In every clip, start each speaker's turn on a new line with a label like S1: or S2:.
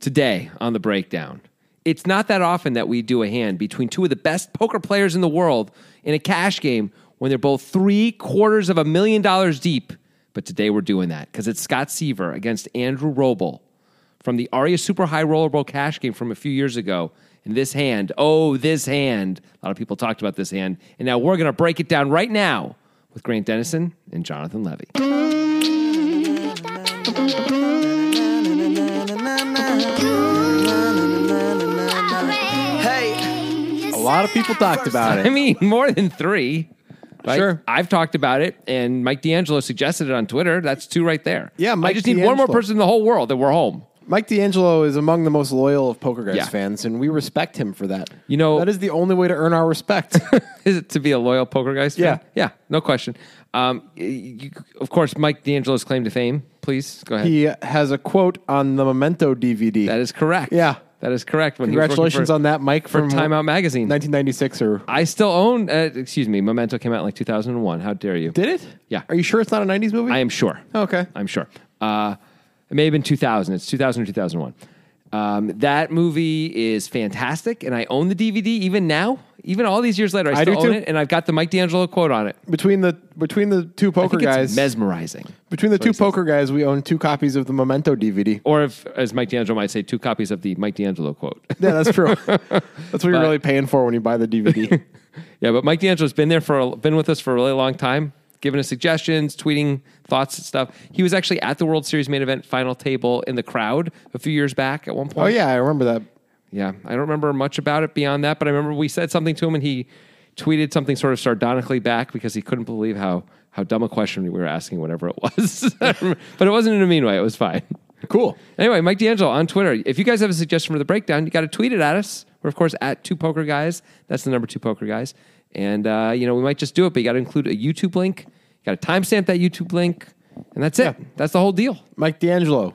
S1: Today on the breakdown, it's not that often that we do a hand between two of the best poker players in the world in a cash game when they're both three quarters of a million dollars deep. But today we're doing that because it's Scott Seaver against Andrew Roble from the Aria Super High Rollerball cash game from a few years ago. And this hand, oh, this hand. A lot of people talked about this hand. And now we're going to break it down right now with Grant Dennison and Jonathan Levy.
S2: A lot of people talked about
S1: I
S2: it.
S1: mean, more than three. right?
S2: Sure.
S1: I've talked about it, and Mike D'Angelo suggested it on Twitter. That's two right there.
S2: Yeah,
S1: I
S2: Mike
S1: just need one more
S2: D'Angelo.
S1: person in the whole world that we're home.
S2: Mike D'Angelo is among the most loyal of Poker Guys
S1: Yeah.
S2: fans, and we respect him for that.
S1: You know-
S2: that is the only way to earn our respect.
S1: Is it to be a loyal poker guy?
S2: Yeah.
S1: Yeah, no question. Um, you, of course, Mike D'Angelo's claim to fame. Please go ahead.
S2: he has a quote on the Memento DVD.
S1: that is correct.
S2: Yeah.
S1: That is correct. When he was working
S2: Congratulations
S1: for-
S2: on that, Mike,
S1: for
S2: from
S1: Time Out magazine.
S2: 1996 or
S1: I still own, uh, excuse me, Memento came out in like 2001. How dare you?
S2: did it?
S1: Yeah.
S2: Are you sure it's not a 90s movie?
S1: I am sure.
S2: Okay.
S1: I'm sure. Uh, it may have been 2000. It's 2000 or 2001. Um, that movie is fantastic, and I own the DVD even now, even all these years later. I
S2: I
S1: still
S2: do
S1: own
S2: too.
S1: it, and I've got the Mike D'Angelo quote on it.
S2: between the between the two
S1: I
S2: poker
S1: think
S2: guys.
S1: it's mesmerizing.
S2: between the
S1: That's what
S2: two
S1: he says.
S2: poker guys, we own two copies of the Memento DVD.
S1: Or if, as Mike D'Angelo might say, two copies of the Mike D'Angelo quote.
S2: Yeah, that's true. that's what you're really paying for when you buy the DVD.
S1: yeah, but Mike D'Angelo's been there for a, been with us for a really long time, giving us suggestions, tweeting thoughts and stuff. He was actually at the World Series main event final table in the crowd a few years back at one point.
S2: oh yeah, I remember that.
S1: Yeah, I don't remember much about it beyond that, but I remember we said something to him and he tweeted something sort of sardonically back because he couldn't believe how how dumb a question we were asking, whatever it was. but it wasn't in a mean way; it was fine.
S2: Cool.
S1: Anyway, Mike D'Angelo on Twitter. If you guys have a suggestion for the breakdown, you got to tweet it at us. We're of course at Two Poker Guys. That's the number Two Poker Guys, and uh, you know we might just do it, but you got to include a YouTube link. You got to timestamp that YouTube link, and that's it.
S2: Yeah.
S1: That's the whole deal.
S2: Mike D'Angelo.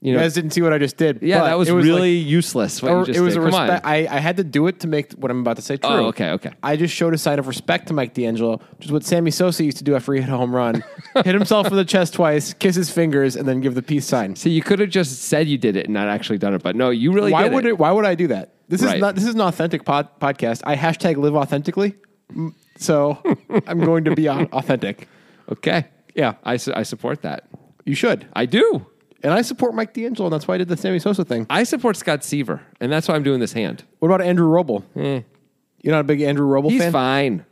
S1: You
S2: You
S1: know,
S2: guys didn't see what I just did.
S1: yeah,
S2: but
S1: that was,
S2: it
S1: really useless. What
S2: like-
S1: you just
S2: it was
S1: did.
S2: a
S1: Come on.
S2: respect. I, I had to do it to make what I'm about to say true.
S1: Oh, okay, okay.
S2: I just showed a sign of respect to Mike D'Angelo, which is what Sammy Sosa used to do after he hit a home run: hit himself in the chest twice, kiss his fingers, and then give the peace sign.
S1: See, you could have just said you did it and not actually done it, but no, you really
S2: why
S1: did
S2: would it. Why would I do that? This
S1: Right.
S2: is not. This is an authentic pod, podcast. I hashtag live authentically, Mm, so I'm going to be au- authentic.
S1: Okay.
S2: Yeah.
S1: I, su- I support that.
S2: You should,
S1: I do.
S2: and I support Mike D'Angelo, and that's why I did the Sammy Sosa thing.
S1: I support Scott Seaver, and that's why I'm doing this hand.
S2: What about Andrew Roble? You're not a big Andrew Roble
S1: Hmm. He's
S2: fan.
S1: fine.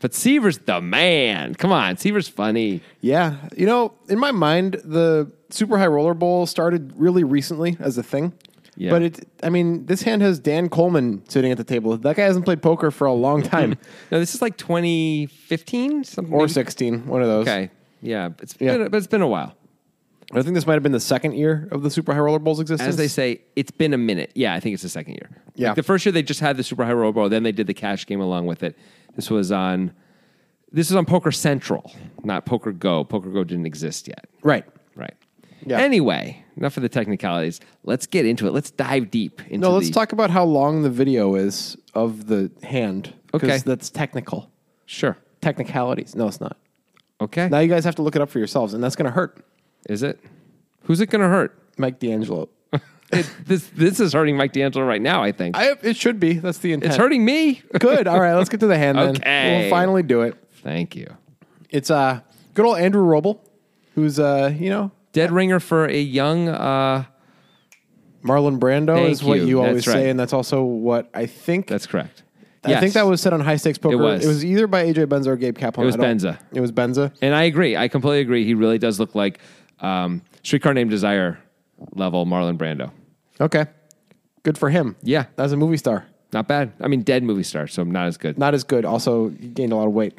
S1: But Seaver's the man. Come on. Seaver's funny.
S2: Yeah, you know, in my mind, the Super High Roller Bowl started really recently as a thing.
S1: Yeah.
S2: But it, I mean, this hand has Dan Coleman sitting at the table. That guy hasn't played poker for a long time,
S1: No, this is like 2015, something.
S2: or
S1: maybe?
S2: sixteen, one of those.
S1: Okay. Yeah. but It's
S2: Yeah.
S1: been, but it's been a while.
S2: I think this might have been the second year of the Super High Roller Bowl's existence.
S1: As they say, it's been a minute. Yeah, I think it's the second year.
S2: Yeah.
S1: Like, the first year they just had the Super High Robo, then they did the cash game along with it. This was on this is on Poker Central, not Poker Go. Poker Go didn't exist yet.
S2: right?
S1: Right.
S2: Yeah.
S1: Anyway, enough of the technicalities. Let's get into it. Let's dive deep into
S2: No, let's
S1: the-
S2: talk about how long the video is of the hand. 'cause
S1: Okay.
S2: that's technical
S1: Sure.
S2: technicalities. No, it's not.
S1: Okay.
S2: Now you guys have to look it up for yourselves, and that's going to hurt
S1: Is it? Who's it going to hurt?
S2: Mike D'Angelo.
S1: It, this this is hurting Mike D'Angelo right now, I think.
S2: I, it should be. That's the intent.
S1: it's hurting me.
S2: Good. All right, let's get to the hand then.
S1: Okay.
S2: We'll finally do it.
S1: Thank you.
S2: It's uh good old Andrew Roble, who's uh, you know,
S1: Dead ringer for a young uh
S2: Marlon Brando
S1: Thank
S2: is what
S1: you.
S2: you,
S1: That's
S2: always
S1: right.
S2: say, and that's also what I think
S1: that's correct.
S2: I think
S1: Yes.
S2: that was said on high stakes poker.
S1: was.
S2: either by AJ Benza or Gabe Kaplan.
S1: It was
S2: I don't-
S1: Benza.
S2: It was Benza.
S1: And I agree. I completely agree. He really does look like um, Streetcar Named Desire level Marlon Brando.
S2: Okay. Good for him.
S1: Yeah.
S2: As a movie star.
S1: Not bad. I mean, dead movie star, so not as good.
S2: Not as good. Also he gained a lot of weight.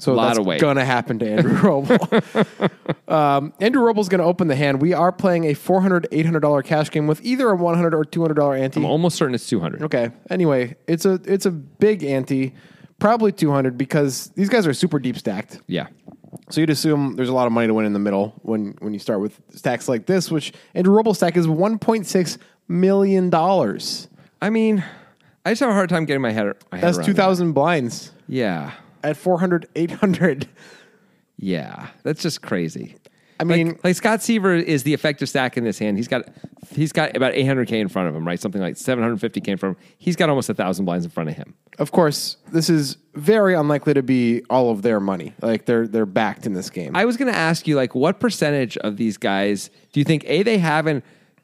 S2: So
S1: Lot
S2: that's
S1: of weight.
S2: gonna happen to Andrew Roble. um, Andrew Roble's gonna open the hand. We are playing a $400, $800 cash game with either a $100 or $200 ante.
S1: I'm almost certain it's 200.
S2: Okay. Anyway, it's a it's a big ante, probably 200 because these guys are super deep stacked.
S1: Yeah.
S2: So you'd assume there's a lot of money to win in the middle when when you start with stacks like this, which Andrew Roble stack is 1.6 million dollars.
S1: I mean, I just have a hard time getting my head, my head
S2: That's
S1: around
S2: 2,000 blinds
S1: that. Yeah.
S2: at 400 800.
S1: Yeah. That's just crazy.
S2: I mean-
S1: like, like Scott Seaver is the effective stack in this hand. He's got he's got about 800k in front of him, right? Something like 750k in front of him. He's got almost a thousand blinds in front of him.
S2: Of course, this is very unlikely to be all of their money. Like they're they're backed in this game.
S1: I was going to ask you, like, what percentage of these guys do you think a they have in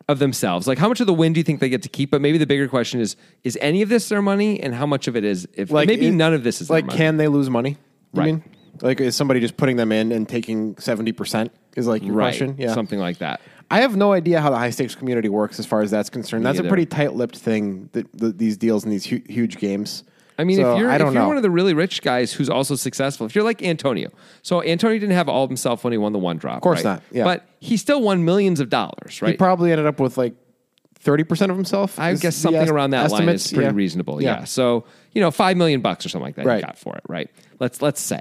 S1: of themselves? Like, how much of the win do you think they get to keep? But maybe the bigger question is: is any of this their money, and how much of it is? If
S2: like
S1: maybe
S2: it-
S1: none of this is
S2: like
S1: their money.
S2: can they lose money? You
S1: Right.
S2: mean? Like is somebody just putting them in and taking seventy percent? Is like your
S1: right,
S2: question? Yeah.
S1: something like that.
S2: I have no idea how the high stakes community works as far as that's concerned. that's
S1: either.
S2: a pretty tight lipped thing that, that these deals and these hu- huge games.
S1: I mean,
S2: So,
S1: if you're
S2: I don't
S1: if you're
S2: know.
S1: one of the really rich guys who's also successful, if you're like Antonio, so Antonio didn't have all of himself when he won the one drop, of
S2: course not, yeah.
S1: but he still won millions of dollars, right?
S2: he probably ended up with like thirty percent of himself.
S1: I
S2: is
S1: guess
S2: the
S1: something
S2: est-
S1: around that line
S2: estimates.
S1: is pretty
S2: Yeah.
S1: reasonable. Yeah. So you know, five million bucks or something like that
S2: Right.
S1: you got for it, right? Let's let's say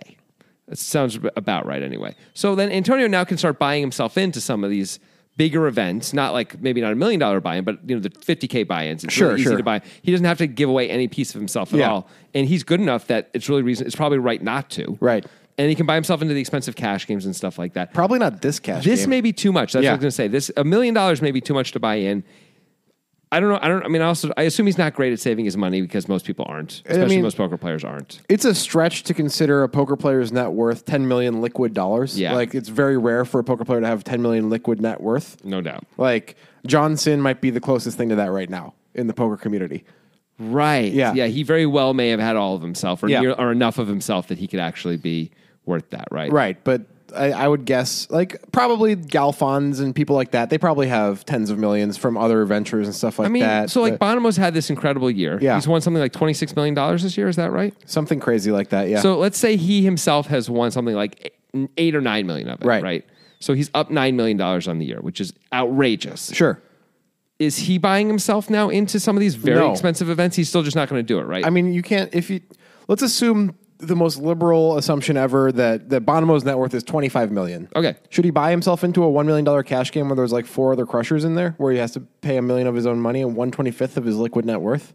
S1: it sounds ab- about right anyway. So then Antonio now can start buying himself into some of these bigger events, not like maybe not a million dollar buy-in, but you know the fifty k buy-ins. It's
S2: Sure,
S1: really easy
S2: sure.
S1: to buy. He doesn't have to give away any piece of himself at
S2: Yeah.
S1: all, and he's good enough that it's really reason. It's probably right not to.
S2: Right.
S1: And he can buy himself into the expensive cash games and stuff like that.
S2: Probably not this cash.
S1: This
S2: game.
S1: may be too much. That's
S2: Yeah.
S1: what I was going to say. This a million dollars may be too much to buy in. I don't know. I don't. I mean, I also I assume he's not great at saving his money because most people aren't, especially
S2: mean-
S1: most poker players aren't.
S2: it's a stretch to consider a poker player's net worth 10 million liquid dollars.
S1: Yeah.
S2: Like it's very rare for a poker player to have 10 million liquid net worth.
S1: No doubt.
S2: Like Johnson might be the closest thing to that right now in the poker community.
S1: Right.
S2: Yeah.
S1: Yeah. He very well may have had all of himself, or
S2: Yeah.
S1: near, or enough of himself that he could actually be worth that. Right.
S2: Right. But I, I would guess like probably Galfons and people like that, they probably have tens of millions from other ventures and stuff like
S1: I mean,
S2: that.
S1: so like
S2: Uh,
S1: Bonomo's had this incredible year.
S2: Yeah.
S1: He's won something like twenty six million dollars this year. Is that right?
S2: something crazy like that. Yeah.
S1: So let's say he himself has won something like eight- eight or nine million of it.
S2: Right.
S1: Right. So he's up nine million dollars on the year, which is outrageous.
S2: sure.
S1: is he buying himself now into some of these very
S2: No.
S1: expensive events? He's still just not going to do it, right?
S2: I mean, you can't if you let's assume the most liberal assumption ever that that Bonomo's net worth is 25 million.
S1: Okay.
S2: Should he buy himself into a 1 million dollar cash game where there's like four other crushers in there where he has to pay a million of his own money and 125th of his liquid net worth?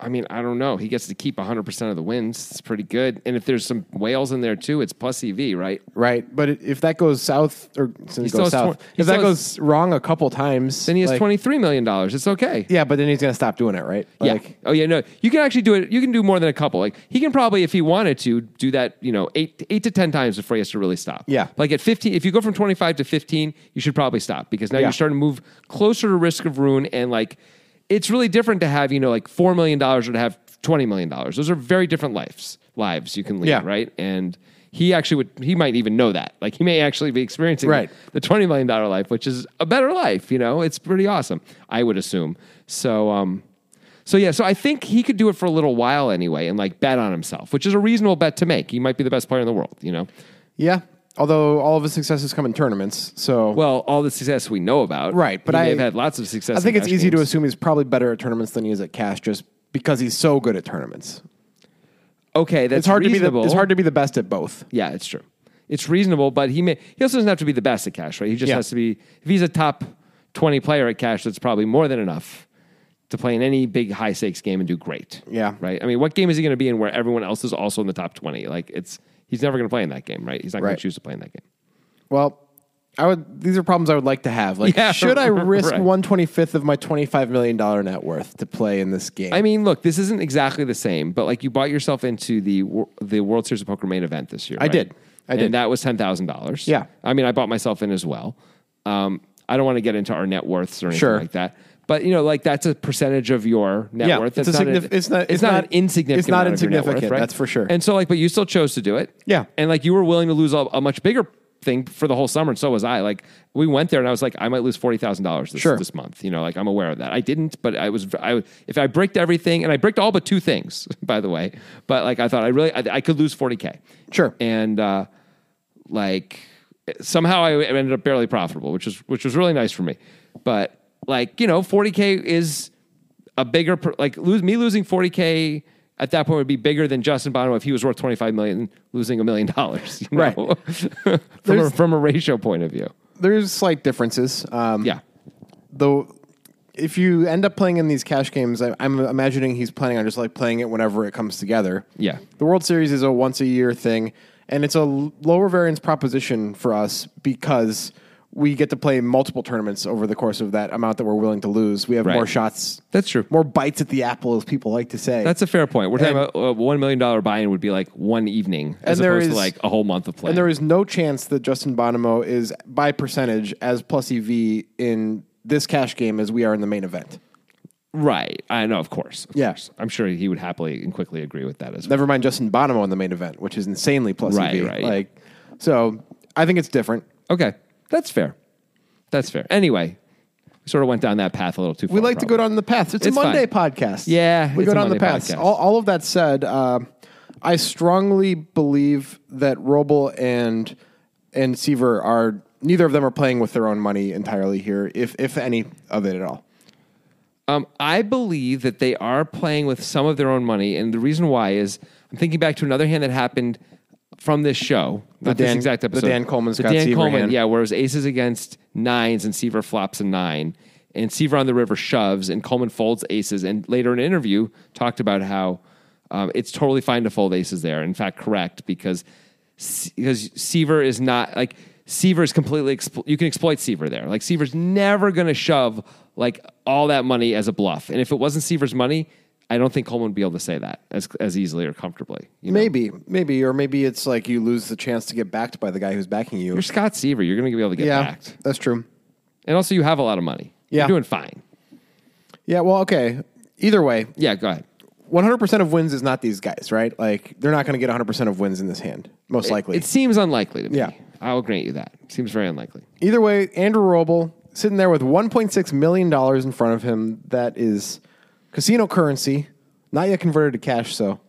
S1: I mean, I don't know. He gets to keep 100% of the wins. It's pretty good. And if there's some whales in there too, it's plus EV, right?
S2: Right, but it- if that goes south or since it
S1: still
S2: goes
S1: has
S2: south,
S1: twen- he
S2: if that
S1: still has-
S2: goes wrong a couple times,
S1: Then he has
S2: like-
S1: $23 million. It's okay.
S2: Yeah, but then he's gonna stop doing it, right?
S1: yeah.
S2: Like,
S1: Oh yeah. No, you can actually do it. You can do more than a couple. Like he can probably, if he wanted to, do that. You know, eight eight to ten times before he has to really stop.
S2: Yeah.
S1: Like at fifteen, if you go from twenty five to fifteen, you should probably stop because now
S2: Yeah.
S1: you're starting to move closer to risk of ruin and like it's really different to have you know like four million dollars or to have twenty million dollars. Those are very different lives lives you can lead.
S2: Yeah.
S1: Right. And he actually would. He might even know that. Like he may actually be experiencing
S2: Right.
S1: the twenty million dollar life, which is a better life. You know, it's pretty awesome. I would assume. So, um, so yeah. So I think he could do it for a little while anyway, and like bet on himself, which is a reasonable bet to make. He might be the best player in the world. You know.
S2: yeah. Although all of his successes come in tournaments, so
S1: Well, all the success we know about,
S2: Right, but
S1: he may
S2: I-
S1: have had lots of success.
S2: I think
S1: in
S2: it's
S1: cash
S2: easy to
S1: games.
S2: assume he's probably better at tournaments than he is at cash, just because he's so good at tournaments.
S1: Okay, that's
S2: It's hard to be
S1: reasonable.
S2: the it's hard to be the best at both.
S1: Yeah, it's true. It's reasonable, but he may he also doesn't have to be the best at cash, right? He just
S2: Yeah.
S1: has to be if he's a top twenty player at cash, that's probably more than enough to play in any big high stakes game and do great.
S2: Yeah.
S1: Right. I mean, what game is he going to be in where everyone else is also in the top twenty? Like it's he's never going to play in that game, right? He's not going
S2: Right.
S1: to choose to play in that game.
S2: Well, I would. These are problems I would like to have. Like,
S1: Yeah,
S2: should I risk
S1: right.
S2: one twenty fifth of my twenty five million dollar net worth to play in this game?
S1: I mean, look, this isn't exactly the same, but like you bought yourself into the wor- the World Series of Poker main event this year. I
S2: did. I did.
S1: And that was ten thousand dollars.
S2: Yeah.
S1: I mean, I bought myself in as well. Um, I don't want to get into our net worths or anything
S2: Sure.
S1: like that, but you know, like that's a percentage of your net
S2: Yeah,
S1: worth.
S2: it's a
S1: an-
S2: signif- it's not- it's not-
S1: an insignificant.
S2: it's not
S1: amount of your net worth,
S2: insignificant,
S1: right?
S2: that's for sure.
S1: And so, like, but you still chose to do it.
S2: Yeah.
S1: And like, you were willing to lose a, a much bigger thing for the whole summer, and so was I. Like, we went there, and I was like, I might lose forty thousand dollars this
S2: Sure.
S1: this this month. You know, like I'm aware of that. I didn't, but I was. I if I bricked everything, and I bricked all but two things, by the way. But like I thought, I really I, I could lose 40k.
S2: Sure.
S1: And uh, like somehow I ended up barely profitable, which was which was really nice for me. But like you know, 40k is a bigger per- like lose me losing 40k. At that point, would be bigger than Justin Bono if he was worth twenty five million, losing a million dollars. you
S2: Right.
S1: know? from, a,
S2: There's-
S1: from a ratio point of view.
S2: there's slight differences. Um,
S1: Yeah,
S2: Though, if you end up playing in these cash games, I, I'm imagining he's planning on just like playing it whenever it comes together.
S1: Yeah.
S2: The World Series is a once a year thing, and it's a l- lower variance proposition for us because we get to play multiple tournaments over the course of that amount that we're willing to lose. We have
S1: Right.
S2: more shots.
S1: That's true.
S2: More bites at the apple, as people like to say.
S1: That's a fair point. We're talking
S2: And-
S1: about uh, one million dollar buy-in would be like one evening as
S2: And there
S1: opposed to
S2: is-
S1: like a whole month of play.
S2: And there is no chance that Justin Bonomo is by percentage as plus EV in this cash game as we are in the main event.
S1: right? I know, of course. Of
S2: Yeah.
S1: course. I'm sure he would happily and quickly agree with that as well.
S2: Never mind Justin Bonomo in the main event, which is insanely plus
S1: Right,
S2: EV.
S1: right.
S2: Like, so I think it's different.
S1: Okay, that's fair. That's fair. Anyway, we sort of went down that path a little too far.
S2: We like to go
S1: probably.
S2: down the paths. It's,
S1: It's
S2: a Monday
S1: fine.
S2: podcast.
S1: Yeah,
S2: we
S1: it's
S2: go
S1: a
S2: down the
S1: Monday
S2: paths.
S1: podcast.
S2: All, all of that said, uh, I strongly believe that Roble and and Seaver are neither of them are playing with their own money entirely here, if if any of it at all.
S1: Um, I believe that they are playing with some of their own money, and the reason why is I'm thinking back to another hand that happened from this show, not this
S2: Dan-
S1: exact
S2: the
S1: episode.
S2: Dan Coleman,
S1: the
S2: Scott
S1: Dan
S2: Seaver
S1: Coleman,
S2: hand.
S1: yeah, where it was aces against nines, and Seaver flops a nine, and Seaver on the river shoves, and Coleman folds aces, and later in an interview talked about how um, it's totally fine to fold aces there. In fact, correct because Se- because Seaver is not like. Seaver is completely explo- you can exploit Seaver there. Like Seaver's never going to shove like all that money as a bluff. And if it wasn't Seaver's money, I don't think Coleman would be able to say that as as easily or comfortably. You know?
S2: Maybe, maybe, or maybe it's like you lose the chance to get backed by the guy who's backing you.
S1: You're Scott Seaver. You're going to be able to get
S2: yeah,
S1: backed.
S2: that's true.
S1: And also, you have a lot of money.
S2: Yeah.
S1: You're doing fine.
S2: Yeah, well, okay. Either way,
S1: Yeah, go ahead.
S2: 100% of wins is not these guys, right? Like they're not going to get 100% of wins in this hand, most likely.
S1: It seems unlikely to me.
S2: Yeah.
S1: I'll grant you that. Seems very unlikely.
S2: Either way, Andrew Roble sitting there with 1.6 million dollars in front of him that is casino currency, not yet converted to cash, so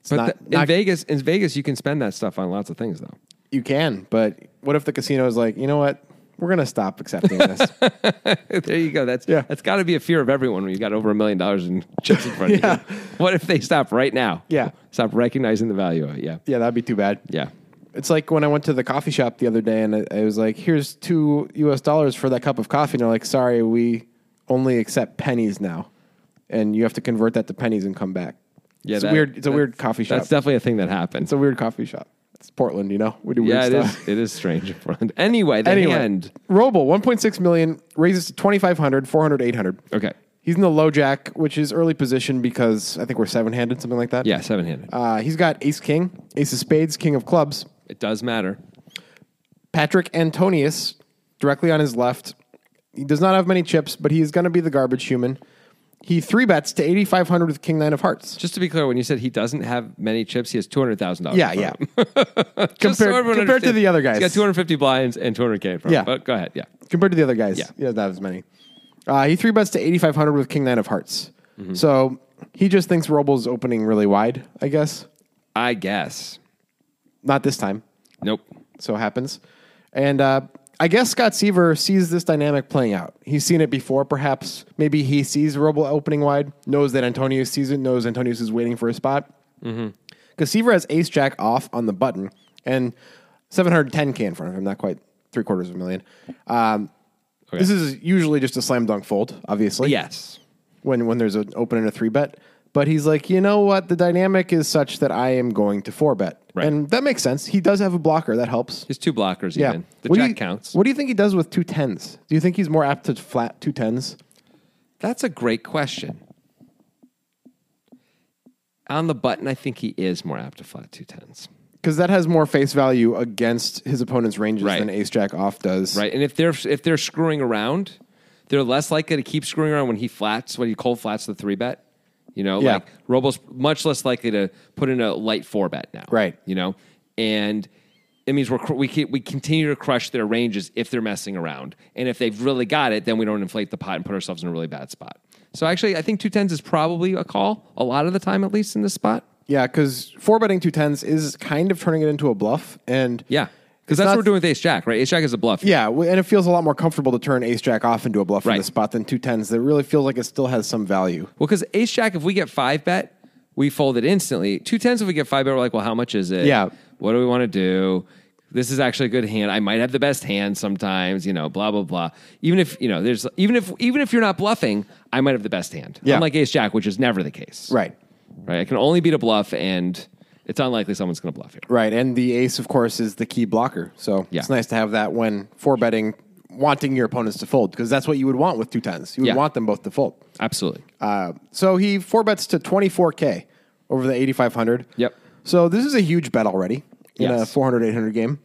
S2: it's
S1: But
S2: not,
S1: the- in
S2: not-
S1: Vegas, in Vegas, you can spend that stuff on lots of things, though.
S2: you can, but what if the casino is like, "You know what? We're going to stop accepting this."
S1: there you go. That's
S2: Yeah.
S1: That's got to be a fear of everyone when you got over a million dollars in chips in front
S2: Yeah.
S1: of you. What if they stop right now?
S2: Yeah.
S1: Stop recognizing the value of it. Yeah.
S2: yeah, that'd be too bad.
S1: Yeah.
S2: It's like when I went to the coffee shop the other day and I, I was like, "Here's 2 US dollars for that cup of coffee." And they're like, "Sorry, we only accept pennies now." And you have to convert that to pennies and come back.
S1: Yeah.
S2: it's
S1: that-
S2: weird. It's a
S1: that-
S2: weird coffee shop.
S1: That's definitely a thing that happens.
S2: It's a weird coffee shop. It's Portland, you know. We do weird
S1: yeah, it
S2: stuff.
S1: is. It is strange. in Portland. Anyway, the
S2: Anyway,
S1: hand.
S2: Roble 1.6 million raises to 2500, 400, 800.
S1: Okay.
S2: He's in the low jack, which is early position because I think we're seven-handed, something like that.
S1: Yeah, seven handed.
S2: Uh, he's got ace king, ace of spades, king of clubs.
S1: it does matter.
S2: Patrick Antonius directly on his left. He does not have many chips, but he is going to be the garbage human. He three bets to 8500 with king nine of hearts.
S1: Just to be clear, when you said he doesn't have many chips, he has two hundred thousand dollars.
S2: Yeah, yeah. compared compared to the other guys.
S1: he's got two hundred fifty blinds and two hundred k in front.
S2: Yeah.
S1: but go ahead. Yeah,
S2: compared to the other guys.
S1: Yeah.
S2: he doesn't have as many. Uh, he three bets to eighty five hundred with King Nine of Hearts. So he just thinks Robles opening really wide. I guess
S1: I guess.
S2: not this time.
S1: Nope.
S2: So it happens, and uh, I guess Scott Seaver sees this dynamic playing out. He's seen it before, perhaps. Maybe he sees Roble opening wide, knows that Antonius sees it, knows Antonius is waiting for a spot.
S1: Mm-hmm.
S2: Because Seaver has Ace Jack off on the button and 710k in front of him, not quite three quarters of a million. Um,
S1: Okay.
S2: This is usually just a slam dunk fold, obviously.
S1: Yes.
S2: When when there's an open and a three bet, but he's like, you know what? The dynamic is such that I am going to four bet,
S1: Right.
S2: and that makes sense. He does have a blocker that helps.
S1: He's two blockers.
S2: Yeah,
S1: even. the
S2: What do
S1: jack
S2: you-
S1: counts.
S2: What do you think he does with two tens? Do you think he's more apt to flat two tens?
S1: That's a great question. On the button, I think he is more apt to flat two tens.
S2: Because that has more face value against his opponent's ranges
S1: Right.
S2: than Ace Jack off does.
S1: Right. And if they're if they're screwing around, they're less likely to keep screwing around when he flats when he cold flats the three bet. You know,
S2: Yeah.
S1: like Robles much less likely to put in a light four bet now.
S2: Right.
S1: You know, and it means we're cr- we keep, we continue to crush their ranges if they're messing around, and if they've really got it, then we don't inflate the pot and put ourselves in a really bad spot. So actually, I think two tens is probably a call a lot of the time, at least in this spot.
S2: Yeah, because four betting two tens is kind of turning it into a bluff, and
S1: Yeah,
S2: It's
S1: because that's
S2: not-
S1: what we're doing with Ace Jack, right? Ace Jack is a bluff.
S2: Yeah, w- and it feels a lot more comfortable to turn ace jack off into a bluff
S1: Right.
S2: from the spot than two tens. That really feels like it still has some value.
S1: Well, because ace jack, if we get five bet, we fold it instantly. Two tens, if we get five bet, we're like, well, how much is it?
S2: Yeah.
S1: What do we want to do? This is actually a good hand. I might have the best hand sometimes, you know, blah blah blah. Even if you know, there's even if even if you're not bluffing, I might have the best hand.
S2: Yeah.
S1: Unlike ace jack, which is never the case.
S2: Right.
S1: Right. I can only beat a bluff, and It's unlikely someone's going to bluff here.
S2: Right, and the ace, of course, is the key blocker. So
S1: Yeah.
S2: it's nice to have that when for betting, wanting your opponents to fold because that's what you would want with two tens. You would
S1: Yeah.
S2: want them both to fold.
S1: Absolutely.
S2: Uh, so he four bets to twenty four k over the eighty five hundred.
S1: Yep.
S2: So this is a huge bet already in a
S1: Yes.
S2: 400 800 game,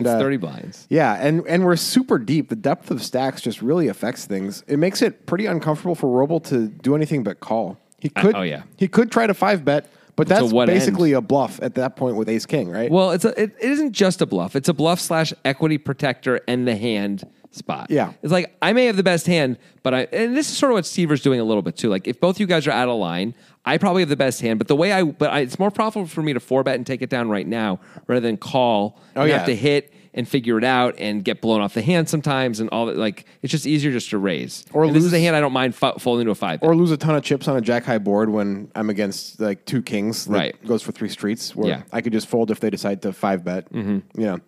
S1: It's
S2: uh,
S1: 30 blinds.
S2: Yeah, and and we're super deep. The depth of stacks just really affects things. It makes it pretty uncomfortable for Roble to do anything but call. He could,
S1: oh, yeah.
S2: he could try to five bet, but that's
S1: what end?
S2: basically a bluff at that point with Ace King, right?
S1: Well, it's a, it, it isn't just a bluff. It's a bluff slash equity protector and the hand spot.
S2: Yeah.
S1: It's like, I may have the best hand, but I, and this is sort of what Seaver's doing a little bit too. Like, if both you guys are out of line, I probably have the best hand, but the way I, but I, it's more profitable for me to four bet and take it down right now rather than call
S2: Oh,
S1: and
S2: yeah.
S1: have to hit and figure it out and get blown off the hand sometimes and all that. Like, it's just easier just to raise.
S2: Or
S1: And this is a
S2: lose-
S1: hand I don't mind fo- folding to a five.
S2: or lose a ton of chips on a jack high board when I'm against like two kings. that
S1: Right.
S2: goes for three streets. Where
S1: Yeah.
S2: I could just fold if they decide to five bet. Mm-hmm. You know,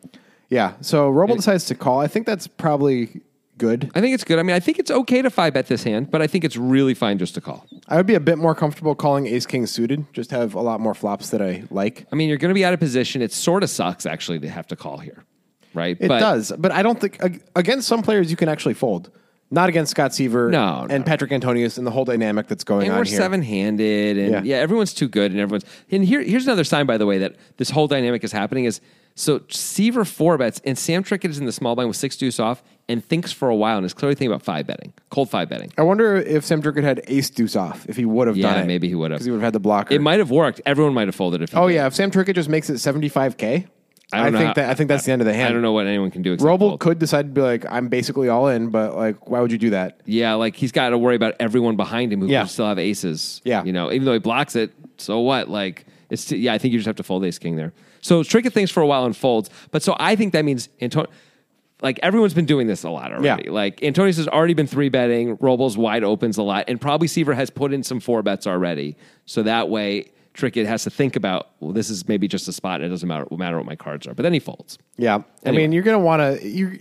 S2: yeah. So Roble decides to call. I think that's probably good.
S1: I think it's good. I mean, I think it's okay to five bet this hand, but I think it's really fine just to call.
S2: I would be a bit more comfortable calling ace king suited. Just have a lot more flops that I like.
S1: I mean, you're going to be out of position. It sort of sucks, actually, to have to call here, right?
S2: It does, but I don't think ag- against some players you can actually fold. Not against Scott Seaver
S1: No,
S2: and
S1: no.
S2: Patrick Antonius and the whole dynamic that's going
S1: And
S2: on
S1: we're
S2: here.
S1: seven handed, and yeah.
S2: Yeah.
S1: everyone's too good, and everyone's. And here, here's another sign, by the way, that this whole dynamic is happening is so Seaver four bets, and Sam Trickett is in the small blind with six deuce off, and thinks for a while, and is clearly thinking about five betting, cold five betting.
S2: I wonder if Sam Drucker had ace deuce off, if he would have
S1: Yeah,
S2: done it.
S1: maybe he would have.
S2: Because he would have had the blocker.
S1: It might have worked. Everyone might have folded if. he
S2: Oh
S1: did.
S2: yeah, if Sam Turkett just makes it seventy five k,
S1: I don't know
S2: think
S1: how-
S2: that I think that's the end of the hand.
S1: I don't know what anyone can do. Except
S2: Roble
S1: fold.
S2: could decide to be like, I'm basically all in, but like, why would you do that?
S1: Yeah, like he's got to worry about everyone behind him who
S2: Yeah.
S1: could still have aces.
S2: Yeah.
S1: you know, even though he blocks it, so what? Like it's yeah, I think you just have to fold ace king there. So Trinket thinks for a while and folds, but so I think that means Antonio. Like everyone's been doing this a lot already.
S2: Yeah.
S1: Like Antonius has already been three betting. Robles wide opens a lot, and probably Seaver has put in some four bets already. So that way, Trickett has to think about well, this is maybe just a spot. And it doesn't matter matter what my cards are. But then he folds.
S2: Yeah, I
S1: Anyway.
S2: mean, you're gonna want to. You,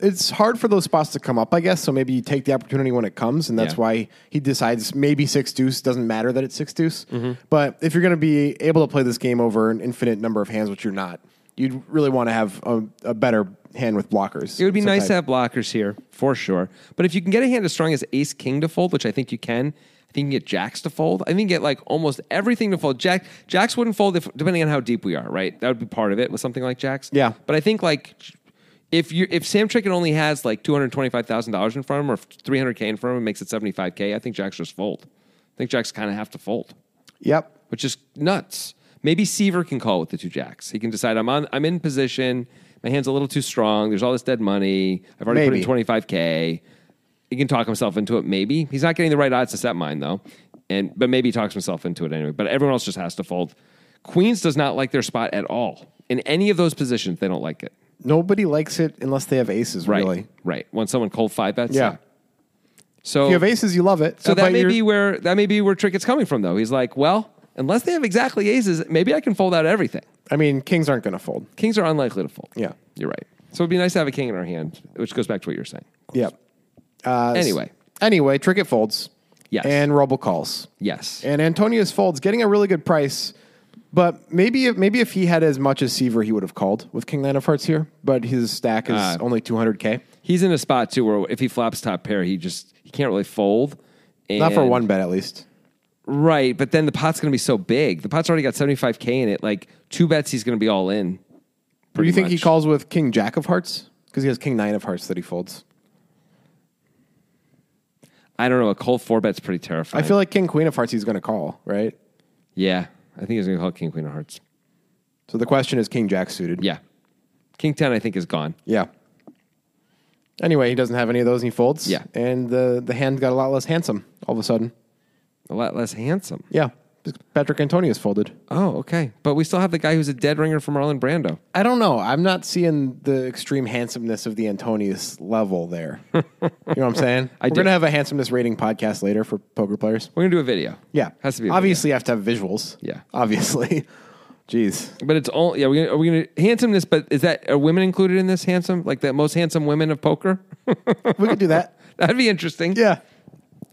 S2: it's hard for those spots to come up, I guess. So maybe you take the opportunity when it comes, and that's
S1: Yeah.
S2: why he decides maybe six deuce doesn't matter that it's six deuce.
S1: Mm-hmm.
S2: But if you're gonna be able to play this game over an infinite number of hands, which you're not, you'd really want to have a, a better hand with blockers.
S1: It would be nice to have blockers here for sure. But if you can get a hand as strong as Ace King to fold, which I think you can, I think you can get Jacks to fold. I think you can get like almost everything to fold. Jack Jacks wouldn't fold if depending on how deep we are, right? That would be part of it with something like Jacks.
S2: Yeah.
S1: But I think like if you if Sam Trickett only has like two hundred twenty five thousand dollars in front of him or three hundred k in front of him, and makes it seventy five k. I think Jacks just fold. I think Jacks kind of have to fold
S2: Yep.
S1: which is nuts. Maybe Seaver can call with the two jacks. He can decide I'm on I'm in position, my hand's a little too strong, there's all this dead money. I've already
S2: Maybe.
S1: put in 25k. He can talk himself into it maybe. He's not getting the right odds to set mine though. And but maybe he talks himself into it anyway. But everyone else just has to fold. Queens does not like their spot at all. In any of those positions, they don't like it.
S2: Nobody likes it unless they have aces.
S1: Right.
S2: Really,
S1: Right. When someone cold five bets.
S2: Yeah.
S1: So
S2: if you have aces, you love it.
S1: so
S2: Uh,
S1: that
S2: but
S1: may
S2: you're-
S1: be where that may be where Trickett's coming from though. He's like, well, unless they have exactly aces, maybe I can fold out everything.
S2: I mean, kings aren't gonna fold.
S1: Kings are unlikely to fold.
S2: Yeah.
S1: You're right. So it'd be nice to have a king in our hand, which goes back to what you're saying.
S2: Yep. Uh, s-
S1: Anyway.
S2: Anyway, Trickett folds.
S1: Yes.
S2: And Roble calls.
S1: Yes.
S2: And Antonius folds, getting a really good price. But maybe if, maybe if he had as much as Seaver, he would have called with King Nine of Hearts here. But his stack is
S1: Uh,
S2: only 200K.
S1: He's in a spot too where if he flops top pair, he just he can't really fold. And,
S2: Not for one bet, at least.
S1: Right, but then the pot's gonna be so big. The pot's already got seventy five K in it. Like two bets he's gonna be all in.
S2: Do you think he
S1: much.
S2: calls with King Jack of Hearts? Because he has King Nine of Hearts that he folds.
S1: I don't know, a cold four bet's pretty
S2: I
S1: terrifying.
S2: feel like King Queen of Hearts he's going to call, right?
S1: Yeah. I think he's gonna call King Queen of Hearts.
S2: So the question is King Jack suited?
S1: Yeah. King ten I think is gone.
S2: Yeah. Anyway, he doesn't have any of those and he folds.
S1: Yeah.
S2: And the, the hand got a lot less handsome all of a sudden.
S1: A lot less handsome.
S2: Yeah. Because Patrick Antonius folded.
S1: Oh, okay. But we still have the guy who's a dead ringer from Marlon Brando.
S2: I don't know. I'm not seeing the extreme handsomeness of the Antonius level there. you know what I'm saying? We're
S1: do.
S2: going to have a handsomeness rating podcast later for poker players.
S1: We're gonna do a video.
S2: Yeah.
S1: Has to be a video.
S2: Obviously, you have to have visuals.
S1: Yeah.
S2: Obviously. Jeez.
S1: But it's all yeah. We're gonna, are we gonna handsomeness? But is that are women included in this handsome? Like the most handsome women of poker?
S2: We could do that.
S1: That'd be interesting.
S2: Yeah.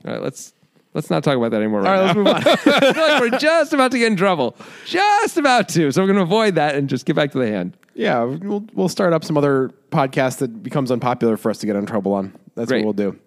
S1: All right. Let's Let's not talk about that anymore.
S2: All
S1: Right
S2: right,
S1: now.
S2: let's move on.
S1: I feel like we're just about to get in trouble. Just about to. So we're going to avoid that and just get back to the hand.
S2: Yeah, we'll we'll start up some other podcast that becomes unpopular for us to get in trouble on. That's
S1: Great.
S2: what we'll do.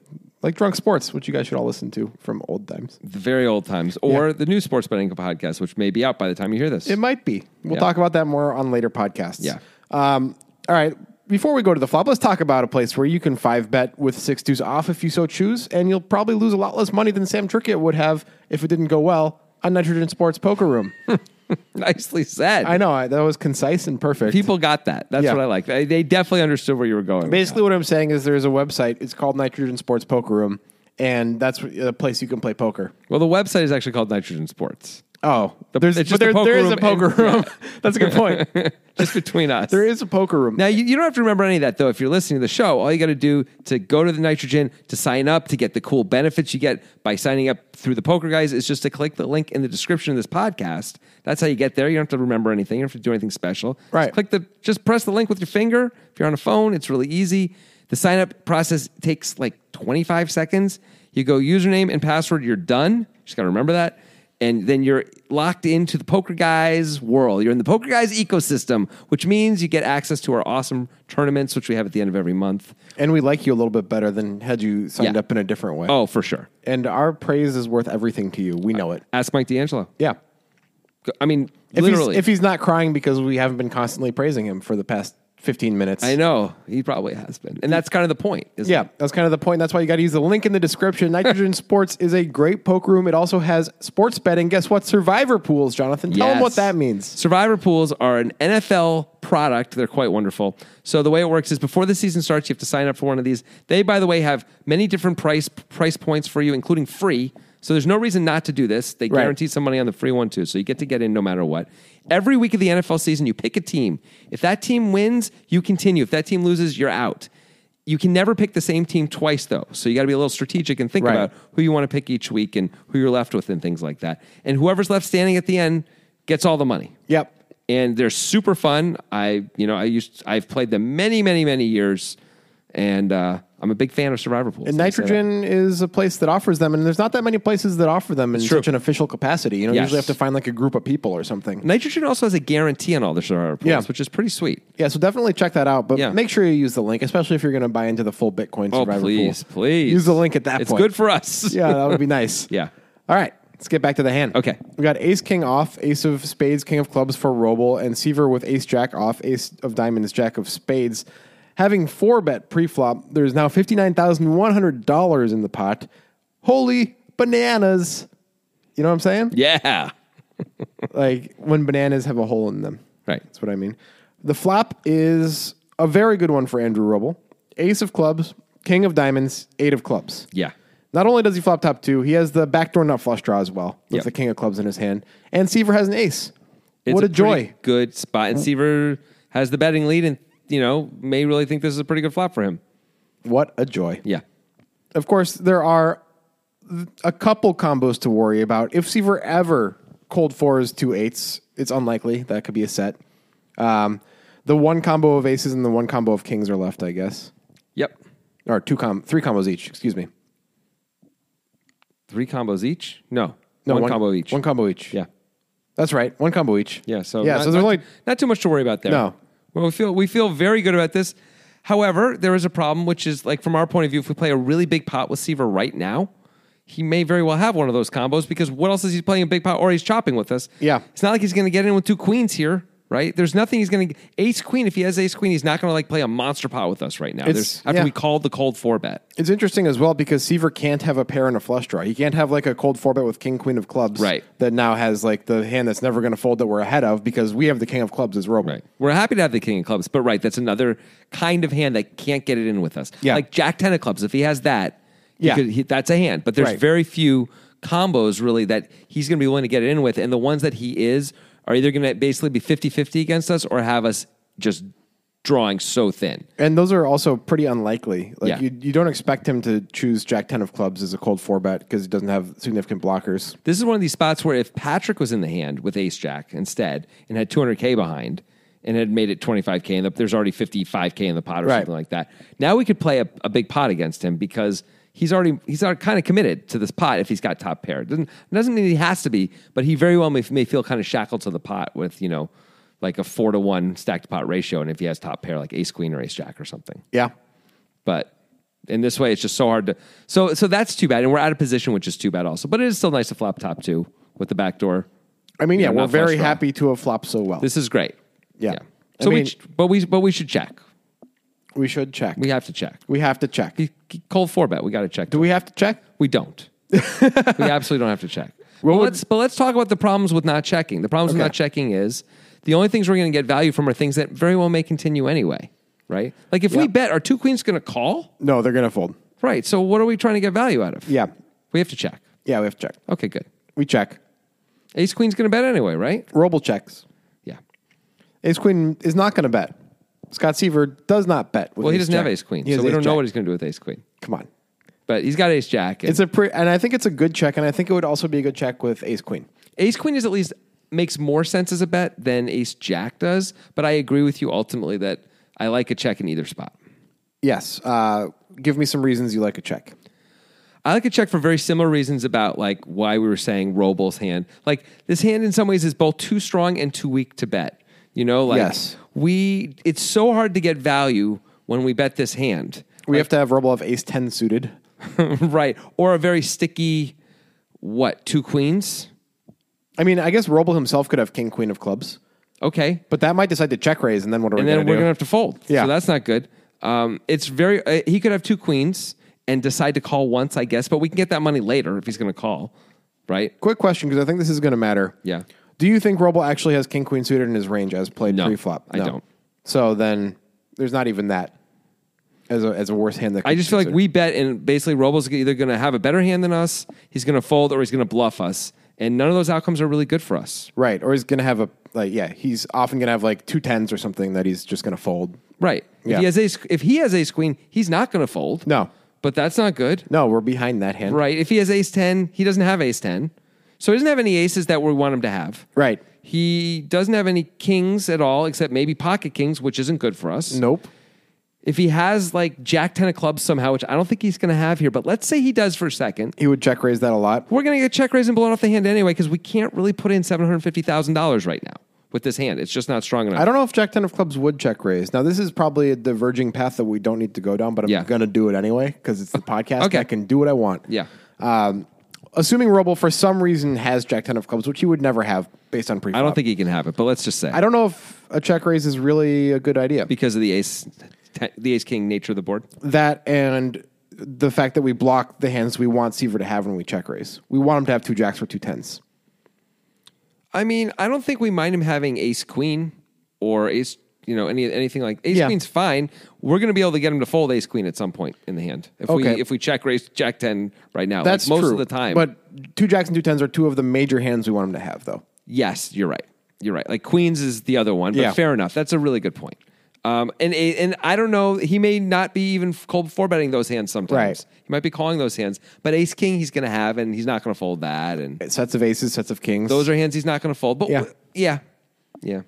S2: Like drunk sports, which you guys should all listen to from old times.
S1: The very old times or the new sports betting podcast, which may be out by the time you hear this.
S2: It might be. We'll
S1: Yeah.
S2: talk about that more on later podcasts.
S1: Yeah.
S2: Um, all right. Before we go to the flop, let's talk about a place where you can five bet with six twos off if you so choose, and you'll probably lose a lot less money than Sam Trickett would have if it didn't go well on Nitrogen Sports Poker Room.
S1: Nicely said.
S2: I know I, that was concise and perfect.
S1: People got that. That's
S2: Yeah.
S1: what I like. They, they definitely understood where you were going. with
S2: Basically, what I'm saying is there's a website. It's called Nitrogen Sports Poker Room, and that's a place you can play poker.
S1: that. Well, the website is actually called Nitrogen Sports.
S2: Oh, there's
S1: it's
S2: but
S1: just a
S2: there,
S1: poker
S2: there is
S1: room
S2: a poker
S1: and-
S2: room. that's a good point.
S1: Just between us.
S2: there is a poker room.
S1: Now, you, you don't have to remember any of that, though. If you're listening to the show, all you got to do to go to the Nitrogen to sign up to get the cool benefits you get by signing up through the Poker Guys is just to click the link in the description of this podcast. That's how you get there. You don't have to remember anything. You don't have to do anything special. Just
S2: Right.
S1: click the. Just press the link with your finger. If you're on a phone, it's really easy. The sign up process takes like 25 seconds. You go username and password. You're done. Just got to remember that and then you're locked into the poker guys world you're in the poker guys ecosystem which means you get access to our awesome tournaments which we have at the end of every month
S2: and we like you a little bit better than had you signed
S1: Yeah.
S2: up in a different way.
S1: oh for sure
S2: And our praise is worth everything to you. We know it.
S1: ask mike d'angelo
S2: Yeah.
S1: i mean
S2: If
S1: literally
S2: He's, if he's not crying because we haven't been constantly praising him for the past 15 minutes.
S1: i know he probably has been and that's kind of the point isn't
S2: Yeah,
S1: it?
S2: that's kind of the point. That's why you got to use the link in the description. Nitrogen Sports is a great poker room. It also has sports betting. Guess what? Survivor pools, Jonathan. Tell them
S1: Yes.
S2: what that means.
S1: Survivor pools are an NFL product. They're quite wonderful. So the way it works is before the season starts, you have to sign up for one of these. They, by the way, have many different price price points for you, including free. So there's no reason not to do this. They
S2: Right.
S1: guarantee some money on the free one too. So you get to get in no matter what. Every week of the NFL season, you pick a team. If that team wins, you continue. If that team loses, you're out. You can never pick the same team twice though. So you got to be a little strategic and think
S2: Right.
S1: about who you want to pick each week and who you're left with and things like that. And whoever's left standing at the end gets all the money
S2: Yep.
S1: and they're super fun. I you know I used I've played them many many many years, and uh, I'm a big fan of Survivor pools.
S2: And
S1: Let me say that.
S2: Nitrogen is a place that offers them, and there's not that many places that offer them in
S1: true.
S2: such an official capacity. You know, you
S1: Yes.
S2: usually have to find like a group of people or something.
S1: Nitrogen also has a guarantee on all the Survivor pools,
S2: Yeah.
S1: which is pretty sweet.
S2: Yeah, so definitely check that out. But
S1: Yeah.
S2: make sure you use the link, especially if you're going to buy into the full Bitcoin
S1: Oh
S2: Survivor
S1: please,
S2: pool.
S1: please
S2: use the link at that
S1: It's
S2: point.
S1: good for us.
S2: yeah, that would be nice.
S1: Yeah.
S2: All right, let's get back to the hand.
S1: Okay.
S2: We got ace king off, ace of spades, king of clubs for Roble, and Seaver with ace jack off, ace of diamonds, jack of spades. Having four bet pre-flop, there's now $59,100 in the pot. Holy bananas. You know what I'm saying?
S1: yeah.
S2: Like when bananas have a hole in them.
S1: Right.
S2: That's what I mean. The flop is a very good one for Andrew Roble. Ace of clubs, king of diamonds, eight of clubs.
S1: Yeah.
S2: Not only does he flop top two, he has the backdoor nut flush draw as well with
S1: Yep.
S2: the king of clubs in his hand. And Seaver has an ace. what a,
S1: pretty
S2: joy. Oh.
S1: Good spot. And Seaver has the betting lead, and you know may really think this is a pretty good flop for him.
S2: What a joy.
S1: Yeah.
S2: Of course, there are th- a couple combos to worry about. If Seaver ever cold fours two eights, it's unlikely. That could be a set. Um, the one combo of aces and the one combo of kings are left, I guess.
S1: Yep.
S2: Or two com three combos each, excuse me.
S1: Three combos each. No. one, combo each.
S2: One combo each.
S1: yeah.
S2: That's right. One combo each.
S1: Yeah, so
S2: yeah,
S1: not,
S2: so there's
S1: not,
S2: only
S1: not too much to worry about there.
S2: No.
S1: Well, we feel we feel very good about this. However, there is a problem, which is like from our point of view, if we play a really big pot with Seaver right now, he may very well have one of those combos because what else is he playing a big pot or he's chopping with us?
S2: Yeah.
S1: it's not like he's going to get in with two queens here, right? There's nothing he's going to ace queen. If he has ace queen, he's not going to like play a monster pot with us right now.
S2: It's-
S1: There's, after
S2: yeah.
S1: we called the cold four bet,
S2: It's interesting as well because Seaver can't have a pair and a flush draw. He can't have like a cold four bet with king queen of clubs,
S1: Right.
S2: That now has like the hand that's never going to fold that we're ahead of because we have the king of clubs as robo.
S1: We're happy to have the king of clubs, but right, that's another kind of hand that can't get it in with us.
S2: Yeah.
S1: Like Jack ten of clubs, if he has that, he
S2: Yeah.
S1: could- he- that's a hand. But there's
S2: Right.
S1: very few combos really that he's going to be willing to get it in with, and the ones that he is are either going to basically be 50-50 against us or have us just drawing so thin.
S2: And those are also pretty unlikely. Like
S1: Yeah.
S2: you, you don't expect him to choose jack ten of clubs as a cold four bet because he doesn't have significant blockers.
S1: This is one of these spots where if Patrick was in the hand with Ace Jack instead and had 200K behind and had made it 25K, and the, there's already 55K in the pot or
S2: Right.
S1: something like that. Now we could play a, a big pot against him because he's already he's already kind of committed to this pot if he's got top pair. Doesn't doesn't mean he has to be, but he very well may, may feel kind of shackled to the pot with you know like a four to one stacked pot ratio, and if he has top pair like ace queen or ace jack or something.
S2: Yeah.
S1: But in this way, it's just so hard to. So so that's too bad, and we're out of position, which is too bad also. But it is still nice to flop top two with the back door.
S2: I mean, yeah,
S1: Yeah,
S2: we're
S1: not flush
S2: very
S1: draw.
S2: happy to have flopped so well.
S1: This is great.
S2: Yeah. I
S1: So
S2: mean-
S1: we sh- but we but we should check.
S2: we should check.
S1: We have to check.
S2: We have to check.
S1: He- he- Cold four bet. We got to check.
S2: Do we have to check?
S1: We don't. we absolutely don't have to check. But
S2: would-
S1: let's, but let's talk about the problems with not checking. The problems
S2: Okay.
S1: with not checking is the only things we're going to get value from are things that very well may continue anyway, right? Like if
S2: Yeah.
S1: we bet, are two queens going to call?
S2: No, they're going to fold.
S1: Right. So what are we trying to get value out of?
S2: Yeah.
S1: We have to check.
S2: Yeah, we have to check.
S1: Okay, good.
S2: We check.
S1: Ace queen's going to bet anyway, right?
S2: Roble checks.
S1: Yeah.
S2: Ace Queen is not going to bet. Scott Seaver does not bet. With
S1: Well, he
S2: ace
S1: doesn't have
S2: jack.
S1: ace queen,
S2: He has
S1: so we
S2: ace
S1: don't know
S2: jack.
S1: what he's going to do with ace queen.
S2: Come on.
S1: But he's got ace jack. and-
S2: It's a pre- and I think it's a good check, and I think it would also be a good check with ace queen.
S1: Ace Queen is at least makes more sense as a bet than Ace Jack does, but I agree with you ultimately that I like a check in either spot.
S2: Yes. Uh, give me some reasons you like a check.
S1: I like a check for very similar reasons about like why we were saying Robles hand. Like this hand in some ways is both too strong and too weak to bet. You know, like
S2: Yes.
S1: we it's so hard to get value when we bet this hand.
S2: We have to have Roble have ace ten suited.
S1: right. Or a very sticky what, two queens?
S2: I mean, I guess Roble himself could have king queen of clubs,
S1: Okay.
S2: but that might decide to check raise, and then what are
S1: and
S2: we
S1: then
S2: going to
S1: we're
S2: do?
S1: gonna have to fold.
S2: Yeah.
S1: so that's not good. Um, it's very. Uh, he could have two queens and decide to call once, I guess. But we can get that money later if he's gonna call, right?
S2: Quick question, because I think this is going to matter.
S1: Yeah.
S2: Do you think Roble actually has king queen suited in his range as played
S1: No,
S2: pre-flop?
S1: I don't.
S2: So then there's not even that as a as a worse hand. That
S1: I
S2: could
S1: just feel like
S2: consider.
S1: we bet, and basically Robles is either gonna have a better hand than us, he's gonna fold, or he's gonna bluff us, and none of those outcomes are really good for us,
S2: Right. Or he's going to have a, like, yeah, he's often going to have like two tens or something that he's just going to fold.
S1: right?
S2: Yeah.
S1: If he has ace, if he has ace queen, he's not gonna fold.
S2: No.
S1: but that's not good.
S2: No, we're behind that hand.
S1: Right. If he has ace 10, he doesn't have ace 10. So he doesn't have any aces that we want him to have.
S2: Right.
S1: He doesn't have any kings at all, except maybe pocket kings, which isn't good for us.
S2: Nope.
S1: If he has like jack 10 of clubs somehow, which I don't think he's going to have here, but let's say he does for a second.
S2: He would check raise that a lot.
S1: We're going to get check raised and blown off the hand anyway because we can't really put in $750,000 right now with this hand. It's just not strong enough.
S2: I don't know if Jack 10 of clubs would check raise. Now, this is probably a diverging path that we don't need to go down, but I'm
S1: Yeah.
S2: going to do it anyway because it's the podcast. and
S1: Okay.
S2: I can do what I want.
S1: Yeah.
S2: Um, assuming Roble for some reason has Jack 10 of clubs, which he would never have based on pre
S1: I don't think he can have it, but let's just say
S2: I don't know if a check raise is really a good idea.
S1: because of the ace, te- the ace king nature of the board.
S2: that and the fact that we block the hands we want Seaver to have when we check raise. We want him to have two jacks or two tens.
S1: I mean, I don't think we mind him having ace queen or ace, you know, any anything like ace
S2: Yeah.
S1: queen's fine. We're going to be able to get him to fold ace queen at some point in the hand if
S2: Okay.
S1: we if we check raise jack ten right now.
S2: That's
S1: like most
S2: true.
S1: of the time.
S2: But two jacks and two tens are two of the major hands we want him to have, though.
S1: yes, you're right. You're right. Like queens is the other one, but
S2: Yeah.
S1: fair enough. That's a really good point. Um, and a- and I don't know. He may not be even cold before betting those hands sometimes.
S2: Right.
S1: He might be calling those hands, but ace king he's going to have, and he's not going to fold that. And
S2: Sets of aces, sets of kings.
S1: Those are hands he's not going to fold. But
S2: Yeah.
S1: yeah. yeah, yeah.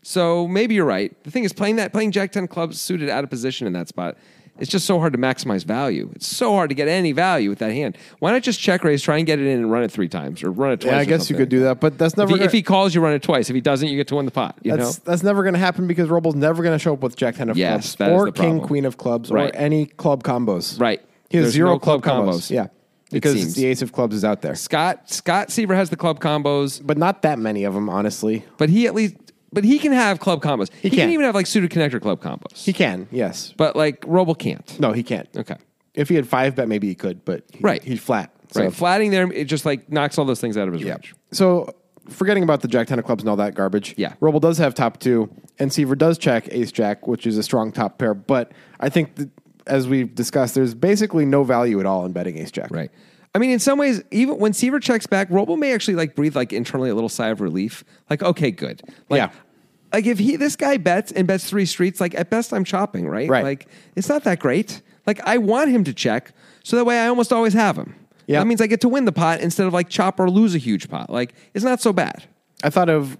S1: So maybe you're right. The thing is, playing that playing Jack Ten clubs suited out of position in that spot. It's just so hard to maximize value. It's so hard to get any value with that hand. Why not just check raise, try and get it in and run it three times or run it twice?
S2: yeah, I
S1: or
S2: guess you
S1: something.
S2: could do that, but that's
S1: If
S2: never
S1: he,
S2: gonna,
S1: if he calls, you run it twice. If he doesn't, you get to win the pot. You know,
S2: that's, that's never going to happen because Roble's never going to show up with jack ten of
S1: Yes,
S2: clubs
S1: that is
S2: or
S1: the
S2: king
S1: problem.
S2: queen of clubs
S1: Right.
S2: or any club combos.
S1: Right.
S2: He has
S1: There's
S2: zero
S1: no
S2: club,
S1: club
S2: combos.
S1: combos.
S2: Yeah,
S1: It
S2: because
S1: seems.
S2: the ace of clubs is out there,
S1: Scott Scott Seaver has the club combos,
S2: but not that many of them, honestly.
S1: but he at least but he can have club combos. He, can.
S2: can.
S1: even have like suited connector club combos.
S2: He can, yes.
S1: but like Roble can't.
S2: No, he can't.
S1: Okay.
S2: If he had five bet, maybe he could, but he,
S1: Right.
S2: he's flat. So.
S1: Right. Flatting there, it just like knocks all those things out of his
S2: Yeah.
S1: range.
S2: So forgetting about the Jack Ten of clubs and all that garbage.
S1: Yeah.
S2: Roble does have top two, and Seaver does check Ace Jack, which is a strong top pair. But I think that, as we've discussed, there's basically no value at all in betting Ace Jack.
S1: Right. I mean, in some ways, even when Seaver checks back, Roble may actually like breathe like internally a little sigh of relief. Like, okay, good. Like,
S2: Yeah.
S1: Like if he this guy bets and bets three streets, like at best I'm chopping, right?
S2: Right.
S1: Like it's not that great. Like I want him to check, so that way I almost always have him.
S2: Yeah.
S1: That means I get to win the pot instead of like chop or lose a huge pot. Like it's not so bad.
S2: I thought of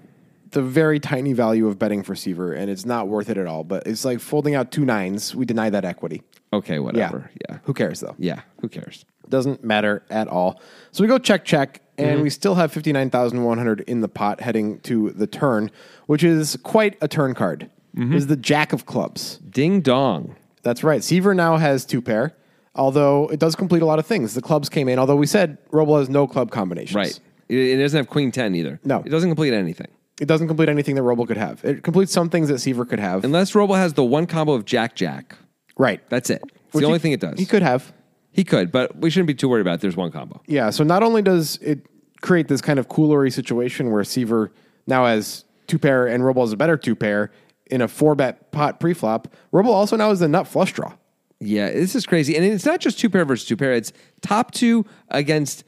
S2: the very tiny value of betting for Seaver, and it's not worth it at all. But it's like folding out two nines. We deny that equity.
S1: Okay, whatever. Yeah.
S2: Who cares though?
S1: Yeah. Who cares?
S2: Doesn't matter at all. So we go check, check, and
S1: Mm-hmm.
S2: we still have 59,100 in the pot heading to the turn, which is quite a turn card.
S1: Mm-hmm.
S2: Is the Jack of Clubs.
S1: Ding dong.
S2: That's right. Seaver now has two pair, although it does complete a lot of things. The clubs came in, although we said Roble has no club combinations.
S1: Right. It, it doesn't have queen ten either.
S2: No.
S1: It doesn't complete anything
S2: It doesn't complete anything that Roble could have. It completes some things that Seaver could have.
S1: unless Robo has the one combo of Jack Jack.
S2: right.
S1: That's it. It's
S2: Which
S1: the only
S2: he-
S1: thing it does.
S2: He could have.
S1: He could, but we shouldn't be too worried about. it. There's one combo.
S2: Yeah. So not only does it create this kind of coolery situation where Seaver now has two pair and Roble has a better two pair in a four bet pot preflop, Roble also now has the nut flush draw.
S1: Yeah, this is crazy, and it's not just two pair versus two pair. It's top two against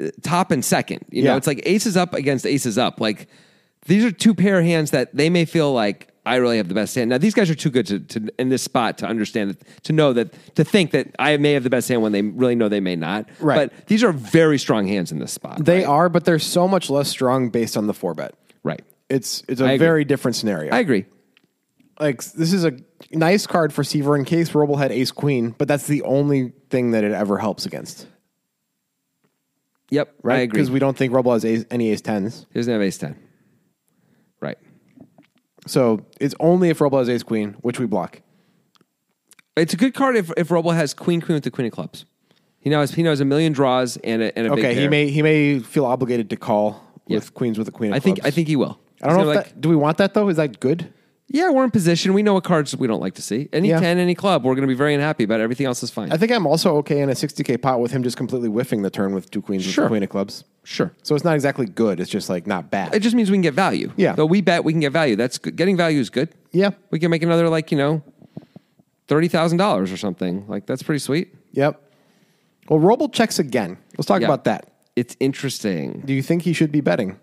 S1: uh, top and second. You know,
S2: Yeah.
S1: it's like aces up against aces up. Like these are two pair hands that they may feel like I really have the best hand. Now these guys are too good to, to in this spot to understand that, to know that to think that I may have the best hand when they really know they may not.
S2: Right.
S1: But these are very strong hands in this spot.
S2: They
S1: right?
S2: are, but they're so much less strong based on the four bet.
S1: right.
S2: It's it's
S1: I
S2: a
S1: agree.
S2: very different scenario.
S1: I agree.
S2: like this is a nice card for Seaver in case Roble had Ace Queen, but that's the only thing that it ever helps against.
S1: Yep.
S2: Right?
S1: I agree.
S2: Because we don't think Roble has ace, any Ace tens.
S1: He doesn't have ace ten. Right.
S2: So it's only if Roble has Ace Queen, which we block.
S1: It's a good card if if Roble has Queen Queen with the Queen of Clubs. He knows he knows a million draws and a, and a big
S2: Okay, he
S1: pair.
S2: may he may feel obligated to call
S1: Yeah.
S2: with queens with a queen. Of
S1: I think
S2: clubs.
S1: I think he will.
S2: I
S1: He's
S2: don't know. If
S1: gonna be like,
S2: that, do we want that though? Is that good?
S1: yeah, we're in position. We know what cards we don't like to see. Any
S2: Yeah.
S1: ten, any club, we're going to be very unhappy. But everything else is fine.
S2: I think I'm also okay in a 60k pot with him just completely whiffing the turn with two queens with
S1: Sure.
S2: the queen of clubs.
S1: sure.
S2: So it's not exactly good. It's just like not bad.
S1: It just means we can get value.
S2: Yeah.
S1: Though we bet we can get value. That's good. getting value is good.
S2: yeah.
S1: We can make another like you know thirty thousand dollars or something. Like that's pretty sweet.
S2: Yep. Well, Roble checks again. Let's talk
S1: Yeah.
S2: about that.
S1: It's interesting.
S2: Do you think he should be betting?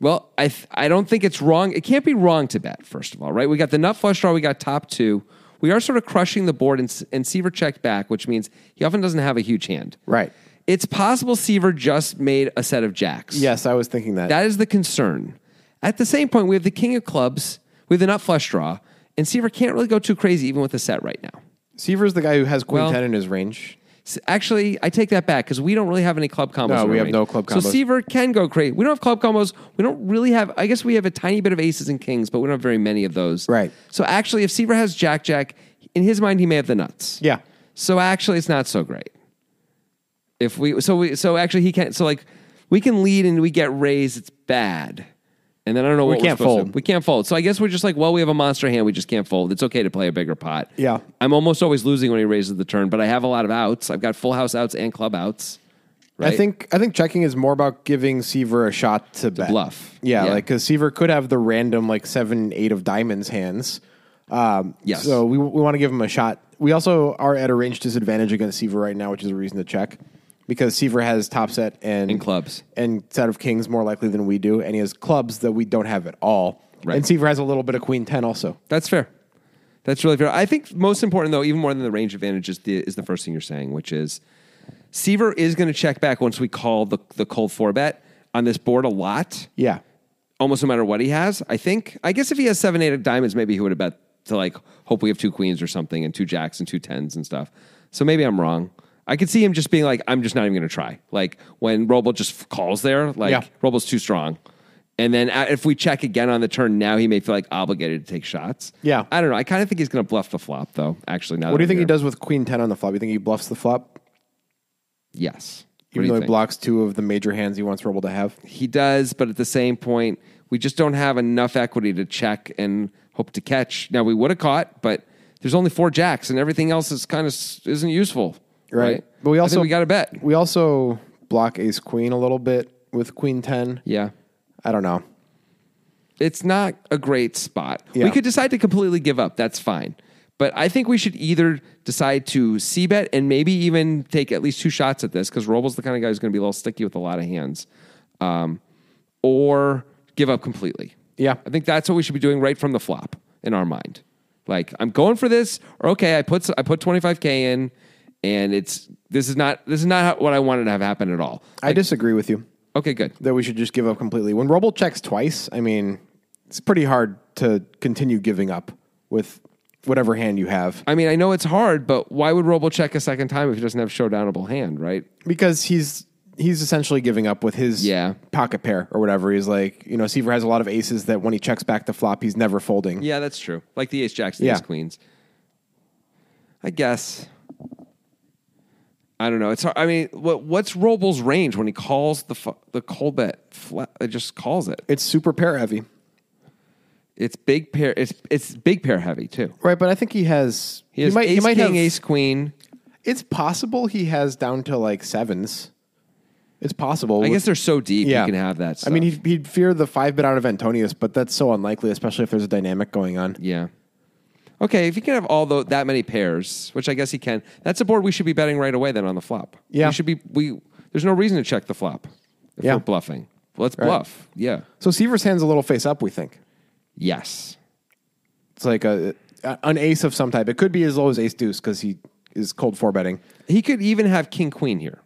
S1: Well, I th- I don't think it's wrong. It can't be wrong to bet. First of all, right? We got the nut flush draw. We got top two. We are sort of crushing the board, and, S- and Seaver checked back, which means he often doesn't have a huge hand.
S2: Right.
S1: It's possible Seaver just made a set of jacks.
S2: Yes, I was thinking that.
S1: That is the concern. At the same point, we have the king of clubs. We have the nut flush draw, and Seaver can't really go too crazy even with a set right now.
S2: Seaver's the guy who has queen
S1: Well-
S2: ten in his range.
S1: S- Actually, I take that back because we don't really have any club combos.
S2: No,
S1: in our
S2: we have
S1: range.
S2: no club
S1: So
S2: combos.
S1: Seaver can go crazy. We don't have club combos. We don't really have. I guess we have a tiny bit of aces and kings, but we don't have very many of those.
S2: Right.
S1: So actually, if Seaver has Jack Jack, in his mind he may have the nuts.
S2: Yeah.
S1: So actually, it's not so great. If we so we so actually he can't so like we can lead and we get raised. It's bad. And then I don't know what
S2: can't
S1: we're supposed to-
S2: fold.
S1: We can't fold. So I guess we're just like, well, we have a monster hand. We just can't fold. It's okay to play a bigger pot.
S2: Yeah.
S1: I'm almost always losing when he raises the turn, but I have a lot of outs. I've got full house outs and club outs. Right?
S2: I think I think checking is more about giving Seaver a shot to bet.
S1: bluff.
S2: Yeah,
S1: Yeah.
S2: like because Seaver could have the random like seven, eight of diamonds hands. Um,
S1: Yes.
S2: So we we want to give him a shot. We also are at a range disadvantage against Seaver right now, which is a reason to check because Seaver has top set and,
S1: And clubs.
S2: and set of kings more likely than we do, and he has clubs that we don't have at all.
S1: Right.
S2: And Seaver has a little bit of queen ten also.
S1: That's fair. That's really fair. I think most important though, even more than the range advantage, is the is the first thing you're saying, which is Seaver is going to check back once we call the the cold four bet on this board a lot.
S2: Yeah.
S1: almost no matter what he has. I think. I guess if he has seven, eight of diamonds, maybe he would have bet to like hope we have two queens or something and two jacks and two tens and stuff. So maybe I'm wrong. I could see him just being like, I'm just not even going to try. Like when Roble just f- calls there, like
S2: Yeah.
S1: Roble's too strong. And then uh, if we check again on the turn now, he may feel like obligated to take shots.
S2: Yeah.
S1: I don't know. I kind of think he's going to bluff the flop though. Actually, now
S2: What do you
S1: that
S2: think he
S1: I'm
S2: does with queen ten on the flop? You think he bluffs the flop?
S1: here. Yes. What
S2: Even
S1: do you
S2: though he
S1: think?
S2: blocks two of the major hands he wants Roble to have.
S1: he does, but at the same point, we just don't have enough equity to check and hope to catch. Now we would have caught, but there's only four jacks, and everything else is kind of isn't useful, right?
S2: But we
S1: I
S2: also
S1: think we got to bet.
S2: We also block ace queen a little bit with queen 10.
S1: Yeah,
S2: I don't know.
S1: it's not a great spot.
S2: Yeah.
S1: We could decide to completely give up. That's fine. But I think we should either decide to c bet and maybe even take at least two shots at this because Roble's the kind of guy who's going to be a little sticky with a lot of hands, um, or give up completely.
S2: Yeah.
S1: I think that's what we should be doing right from the flop in our mind. Like I'm going for this, or okay, I put I put 25k in, and it's this is not this is not what I wanted to have happen at all.
S2: I disagree with you
S1: Okay, good.
S2: that we should just give up completely. When Roble checks twice, I mean, it's pretty hard to continue giving up with whatever hand you have
S1: I mean, I know it's hard, but why would Robo check a second time if he doesn't have showdownable hand, right?
S2: because he's he's essentially giving up with his
S1: Yeah.
S2: pocket pair or whatever. He's like, you know, Seaver has a lot of aces that when he checks back the flop, he's never folding.
S1: Yeah, that's true. Like the ace jacks, the
S2: Yeah.
S1: ace queens. I guess. I don't know. It's hard. I mean, what what's Robles' range when he calls the fu- the cold bet? Flat, it just calls it.
S2: It's super pair heavy.
S1: It's big pair. It's it's big pair heavy too.
S2: Right, but I think he has
S1: He has
S2: might
S1: ace
S2: he might
S1: king,
S2: have
S1: ace queen.
S2: It's possible he has down to like sevens. It's possible.
S1: I
S2: With-
S1: guess they're so deep you can have that. Stuff.
S2: I mean, he'd, he'd fear the five bit out of Antonius, but that's so unlikely, especially if there's a dynamic going on.
S1: yeah. Okay, if he can have all tho- that many pairs, which I guess he can, that's a board we should be betting right away. Then on the flop,
S2: Yeah.
S1: we should be. We there's no reason to check the flop if
S2: Yeah.
S1: we're bluffing. Let's bluff. Yeah.
S2: So Seaver's hand's a little face up, we think.
S1: Yes.
S2: It's like a, a- an ace of some type. It could be as low as ace deuce because he is cold four betting.
S1: He could even have king queen here.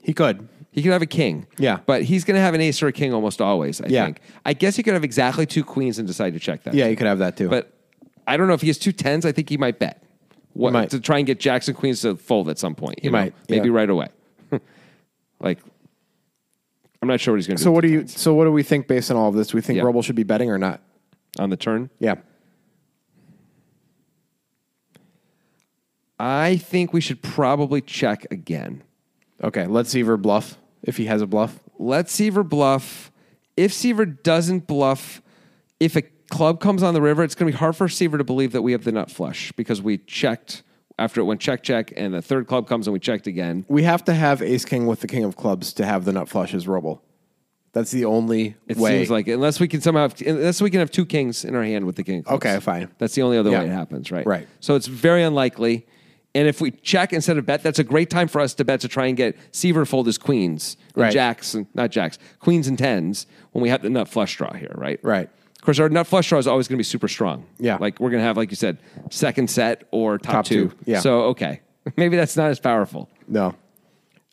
S2: He could.
S1: He could have a king.
S2: Yeah.
S1: But he's going to have an ace or a king almost always, I
S2: Yeah.
S1: think. I guess he could have exactly two queens and decide to check that.
S2: Yeah, he could have that too.
S1: But I don't know if he has two tens. I think he might bet what,
S2: might.
S1: to try and get jacks and queens to fold at some point. You know?
S2: might,
S1: Maybe
S2: yeah.
S1: right away. like, I'm not sure what he's going to
S2: So
S1: do
S2: what do you? So what do we think based on all of this? Do we think
S1: Yeah.
S2: Roble should be betting or not?
S1: on the turn.
S2: Yeah,
S1: I think we should probably check again.
S2: okay. Let's see Seaver bluff if he has a bluff.
S1: Let Seaver bluff. If Seaver doesn't bluff, if a club comes on the river, it's going to be hard for Seaver to believe that we have the nut flush because we checked after it went check check, and the third club comes and we checked again.
S2: We have to have Ace King with the King of Clubs to have the nut flush as Roble. That's the only
S1: It
S2: way.
S1: seems like unless we can somehow unless we can have two kings in our hand with the king. of clubs.
S2: Okay, fine.
S1: That's the only other
S2: Yeah.
S1: way it happens, right?
S2: Right.
S1: So it's very unlikely. And if we check instead of bet, that's a great time for us to bet to try and get Seaver fold his queens, and
S2: Right.
S1: jacks, and not jacks, queens and tens when we have the nut flush draw here, right?
S2: Right.
S1: Of course, our nut flush draw is always going to be super strong.
S2: Yeah.
S1: Like we're going to have, like you said, second set or top,
S2: Top
S1: two.
S2: two, yeah.
S1: So okay, maybe that's not as powerful.
S2: no,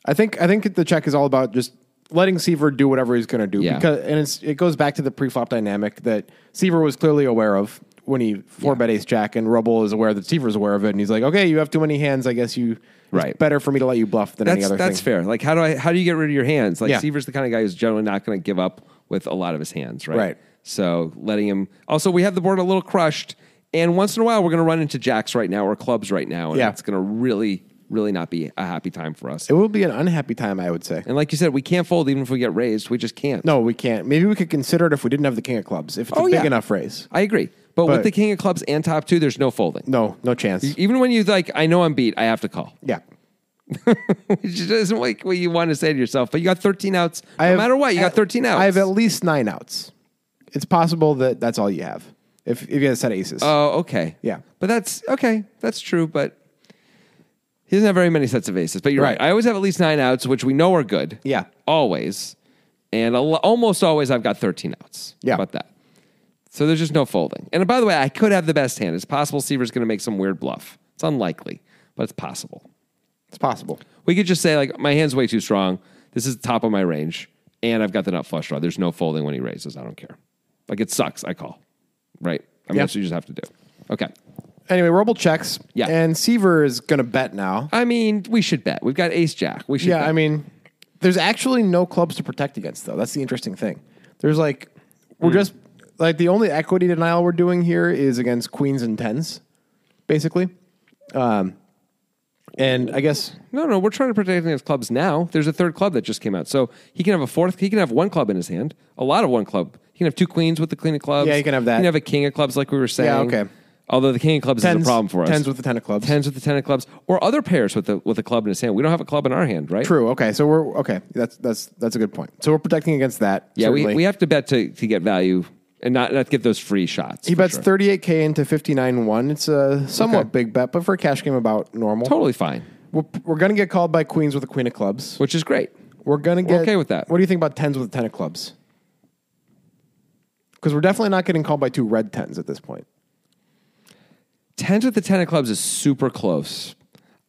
S2: I think I think the check is all about just letting Seaver do whatever he's going to do.
S1: Yeah.
S2: Because and it's, it goes back to the pre-flop dynamic that Seaver was clearly aware of when he four bet Ace Jack, and Roble is aware that Seaver's aware of it, and he's like, okay, you have too many hands. I guess you.
S1: Right.
S2: It's better for me to let you bluff than any
S1: That's
S2: other
S1: that's
S2: thing.
S1: fair. Like how do I how do you get rid of your hands? Like
S2: Yeah.
S1: Seaver's the kind of guy who's generally not going to give up with a lot of his hands, right?
S2: Right.
S1: So letting him. Also, we have the board a little crushed, and once in a while we're going to run into jacks right now or clubs right now, and
S2: Yeah.
S1: that's going to really really not be a happy time for us.
S2: It will be an unhappy time, I would say.
S1: and like you said, we can't fold even if we get raised. We just can't.
S2: No, we can't. Maybe we could consider it if we didn't have the king of clubs. If it's
S1: Oh,
S2: a big enough raise,
S1: I agree. But, with
S2: But-
S1: the king of clubs and top two, there's no folding.
S2: no, no chance.
S1: Even when you like, I know I'm beat. I have to call,
S2: yeah,
S1: which isn't like what you want to say to yourself. But you got 13 outs.
S2: I
S1: no
S2: have-
S1: matter what, you got
S2: I-
S1: 13 outs.
S2: I have at least nine outs. It's possible that that's all you have if if you had a set of aces.
S1: Oh, okay.
S2: Yeah.
S1: But that's okay. That's true. But he doesn't have very many sets of aces. But you're right.
S2: Right.
S1: I always have at least nine outs, which we know are good.
S2: Yeah.
S1: Always. And al- almost always I've got 13 outs.
S2: Yeah.
S1: How about that. So there's just no folding. And by the way, I could have the best hand. It's possible Seaver's going to make some weird bluff. It's unlikely, but it's possible.
S2: it's possible.
S1: We could just say, like, my hand's way too strong. This is the top of my range. And I've got the nut flush draw. There's no folding when he raises. I don't care. Like, it sucks. I call. Right? I mean,
S2: Yeah.
S1: that's what you just have to do. Okay.
S2: Anyway, Roble checks.
S1: Yeah.
S2: and Seaver is going to bet now.
S1: I mean, we should bet. We've got ace jack. We should
S2: Yeah,
S1: bet.
S2: I mean, there's actually no clubs to protect against, though. That's the interesting thing. There's like,
S1: Hmm.
S2: we're just like the only equity denial we're doing here is against queens and tens, basically. Um, and I guess
S1: no, no, we're trying to protect against clubs now. There's a third club that just came out. So he can have a fourth. He can have one club in his hand, a lot of one club. He can have two queens with the queen of clubs.
S2: Yeah, he can have that.
S1: He can have a king of clubs, like we were saying.
S2: okay.
S1: Although the king of clubs is a problem for us.
S2: Tens with the ten of clubs.
S1: Tens with the ten of clubs, or other pairs with the with a club in his hand. We don't have a club in our hand, right?
S2: True. Okay, so we're okay. That's that's that's a good point. So we're protecting against that.
S1: Yeah, we,
S2: certainly.
S1: we have to bet to, to get value and not not get those free shots.
S2: He
S1: for
S2: bets
S1: sure.
S2: 38k into 59-1. It's a somewhat
S1: Okay.
S2: big bet, but for a cash game, about normal.
S1: totally fine,
S2: We're, we're gonna get called by queens with a queen of clubs.
S1: which is great.
S2: We're gonna get
S1: okay with that.
S2: What do you think about tens with a ten of clubs? Because we're definitely not getting called by two red tens at this point.
S1: tens with the ten of clubs is super close.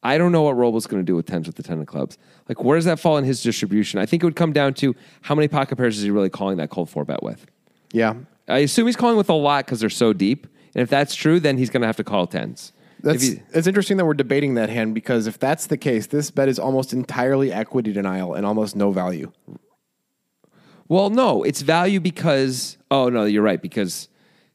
S1: I don't know what Robles going to do with tens with the ten of clubs. Like, where does that fall in his distribution? I think it would come down to how many pocket pairs is he really calling that cold four bet with.
S2: Yeah,
S1: I assume he's calling with a lot because they're so deep. And if that's true, then he's going to have to call tens. If
S2: That's
S1: he-
S2: it's interesting that we're debating that hand because if that's the case, this bet is almost entirely equity denial and almost no value.
S1: well, no, it's value because, oh, no, you're right, because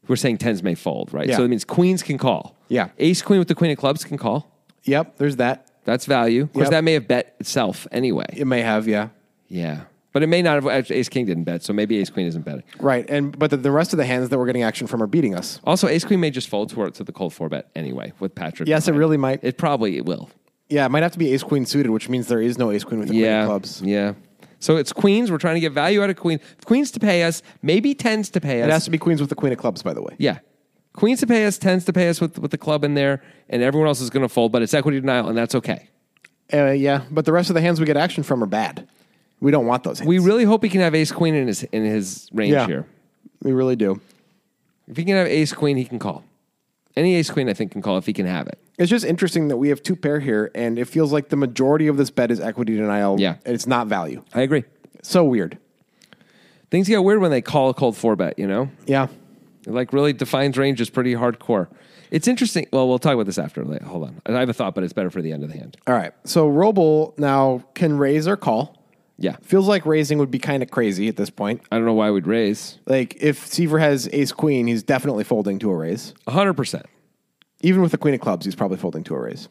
S1: we're saying tens may fold, right?
S2: Yeah.
S1: So that means queens can call.
S2: Yeah.
S1: Ace queen with the queen of clubs can call.
S2: Yep, there's that.
S1: That's value. Of course,
S2: Yep.
S1: that may have bet itself anyway.
S2: It may have, yeah.
S1: Yeah. But it may not have. actually, Ace king didn't bet, so maybe ace queen isn't betting.
S2: Right. And but the, the rest of the hands that we're getting action from are beating us.
S1: Also, ace queen may just fold to, to the cold four bet anyway with Patrick.
S2: Yes, it
S1: behind.
S2: really might.
S1: It probably will.
S2: yeah, it might have to be ace queen suited, which means there is no ace queen with the queen
S1: yeah.
S2: of clubs.
S1: Yeah. So it's queens. We're trying to get value out of queen. If queens to pay us, maybe tens to pay us.
S2: It has to be queens with the queen of clubs, by the way.
S1: yeah. Queens to pay us, tens to pay us with, with the club in there, and everyone else is going to fold, but it's equity denial, and that's okay.
S2: Uh, yeah, but the rest of the hands we get action from are bad. We don't want those hands.
S1: We really hope he can have ace queen in his, in his range
S2: yeah,
S1: here.
S2: we really do.
S1: If he can have ace queen, he can call. Any ace queen, I think, can call if he can have it.
S2: It's just interesting that we have two pair here, and it feels like the majority of this bet is equity denial.
S1: Yeah.
S2: and it's not value.
S1: I agree.
S2: So weird.
S1: Things get weird when they call a cold four bet, you know?
S2: Yeah,
S1: It like really defines ranges pretty hardcore. It's interesting. Well, we'll talk about this after. Like, Hold on. I have a thought, but it's better for the end of the hand.
S2: All right. So Roble now can raise or call.
S1: Yeah.
S2: Feels like raising would be kind of crazy at this point.
S1: I don't know why we'd raise.
S2: Like if Seaver has ace queen, he's definitely folding to a raise.
S1: 100%.
S2: Even with the queen of clubs, he's probably folding to a raise.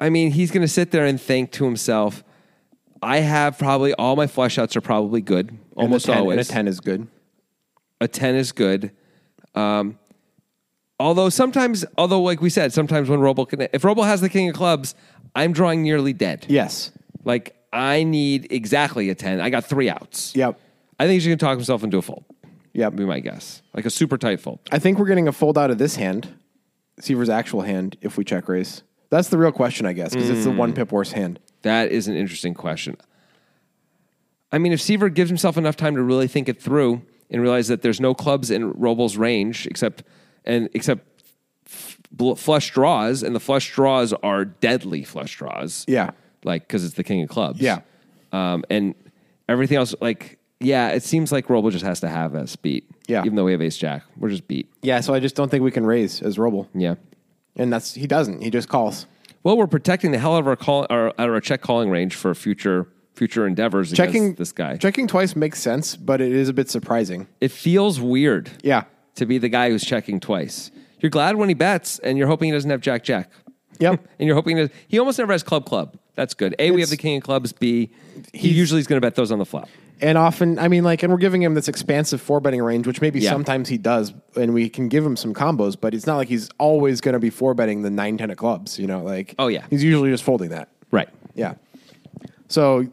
S1: I mean, he's going to sit there and think to himself, I have probably all my flush outs are probably good.
S2: And a
S1: Almost
S2: 10
S1: always.
S2: And a 10 is good.
S1: a 10 is good. Um, although sometimes, although like we said, sometimes when Roble can, if Roble has the king of clubs, I'm drawing nearly dead.
S2: Yes.
S1: Like I need exactly a 10. I got three outs.
S2: Yep.
S1: I think he's going to talk himself into a fold.
S2: Yep.
S1: That'd be my guess. Like a super tight fold.
S2: I think we're getting a fold out of this hand, Seaver's actual hand, if we check raise. That's the real question, I guess, because it's the one
S1: Mm.
S2: pip worse hand.
S1: That is an interesting question. I mean, if Seaver gives himself enough time to really think it through and realize that there's no clubs in Robles' range except and except f- bl- flush draws, and the flush draws are deadly flush draws.
S2: Yeah.
S1: like because it's the king of clubs.
S2: Yeah.
S1: um, and everything else, like yeah, it seems like Roble just has to have us beat.
S2: Yeah.
S1: even though we have Ace Jack, we're just beat.
S2: Yeah. So I just don't think we can raise as Roble.
S1: Yeah.
S2: And that's, he doesn't. He just calls.
S1: Well, we're protecting the hell out of our call, our, out of our check calling range for future future endeavors
S2: Checking
S1: against this guy.
S2: Checking twice makes sense, but it is a bit surprising.
S1: It feels weird.
S2: Yeah.
S1: To be the guy who's checking twice. You're glad when he bets and you're hoping he doesn't have Jack Jack.
S2: Yep.
S1: And you're hoping that he almost never has club club. That's good. A, we
S2: It's-
S1: have the king of clubs. B, he
S2: He's-
S1: usually is going to bet those on the flop.
S2: And often, I mean, like, and we're giving him this expansive four betting range, which maybe
S1: Yeah.
S2: sometimes he does, and we can give him some combos, but it's not like he's always going to be four betting the nine ten of clubs, you know? Like,
S1: Oh, yeah.
S2: he's usually just folding that.
S1: Right.
S2: Yeah. So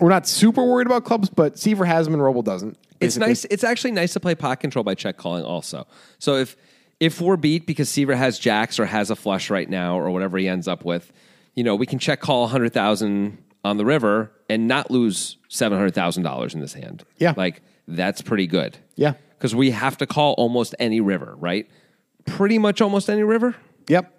S2: we're not super worried about clubs, but Seaver has them and Roble doesn't.
S1: It's
S2: basically.
S1: nice. It's actually nice to play pot control by check calling also. So if if we're beat because Seaver has jacks or has a flush right now or whatever he ends up with, you know, we can check call 100,000 on the river and not lose $700,000 in this hand.
S2: Yeah.
S1: Like that's pretty good.
S2: Yeah.
S1: Cuz we have to call almost any river, right? Pretty much almost any river.
S2: Yep.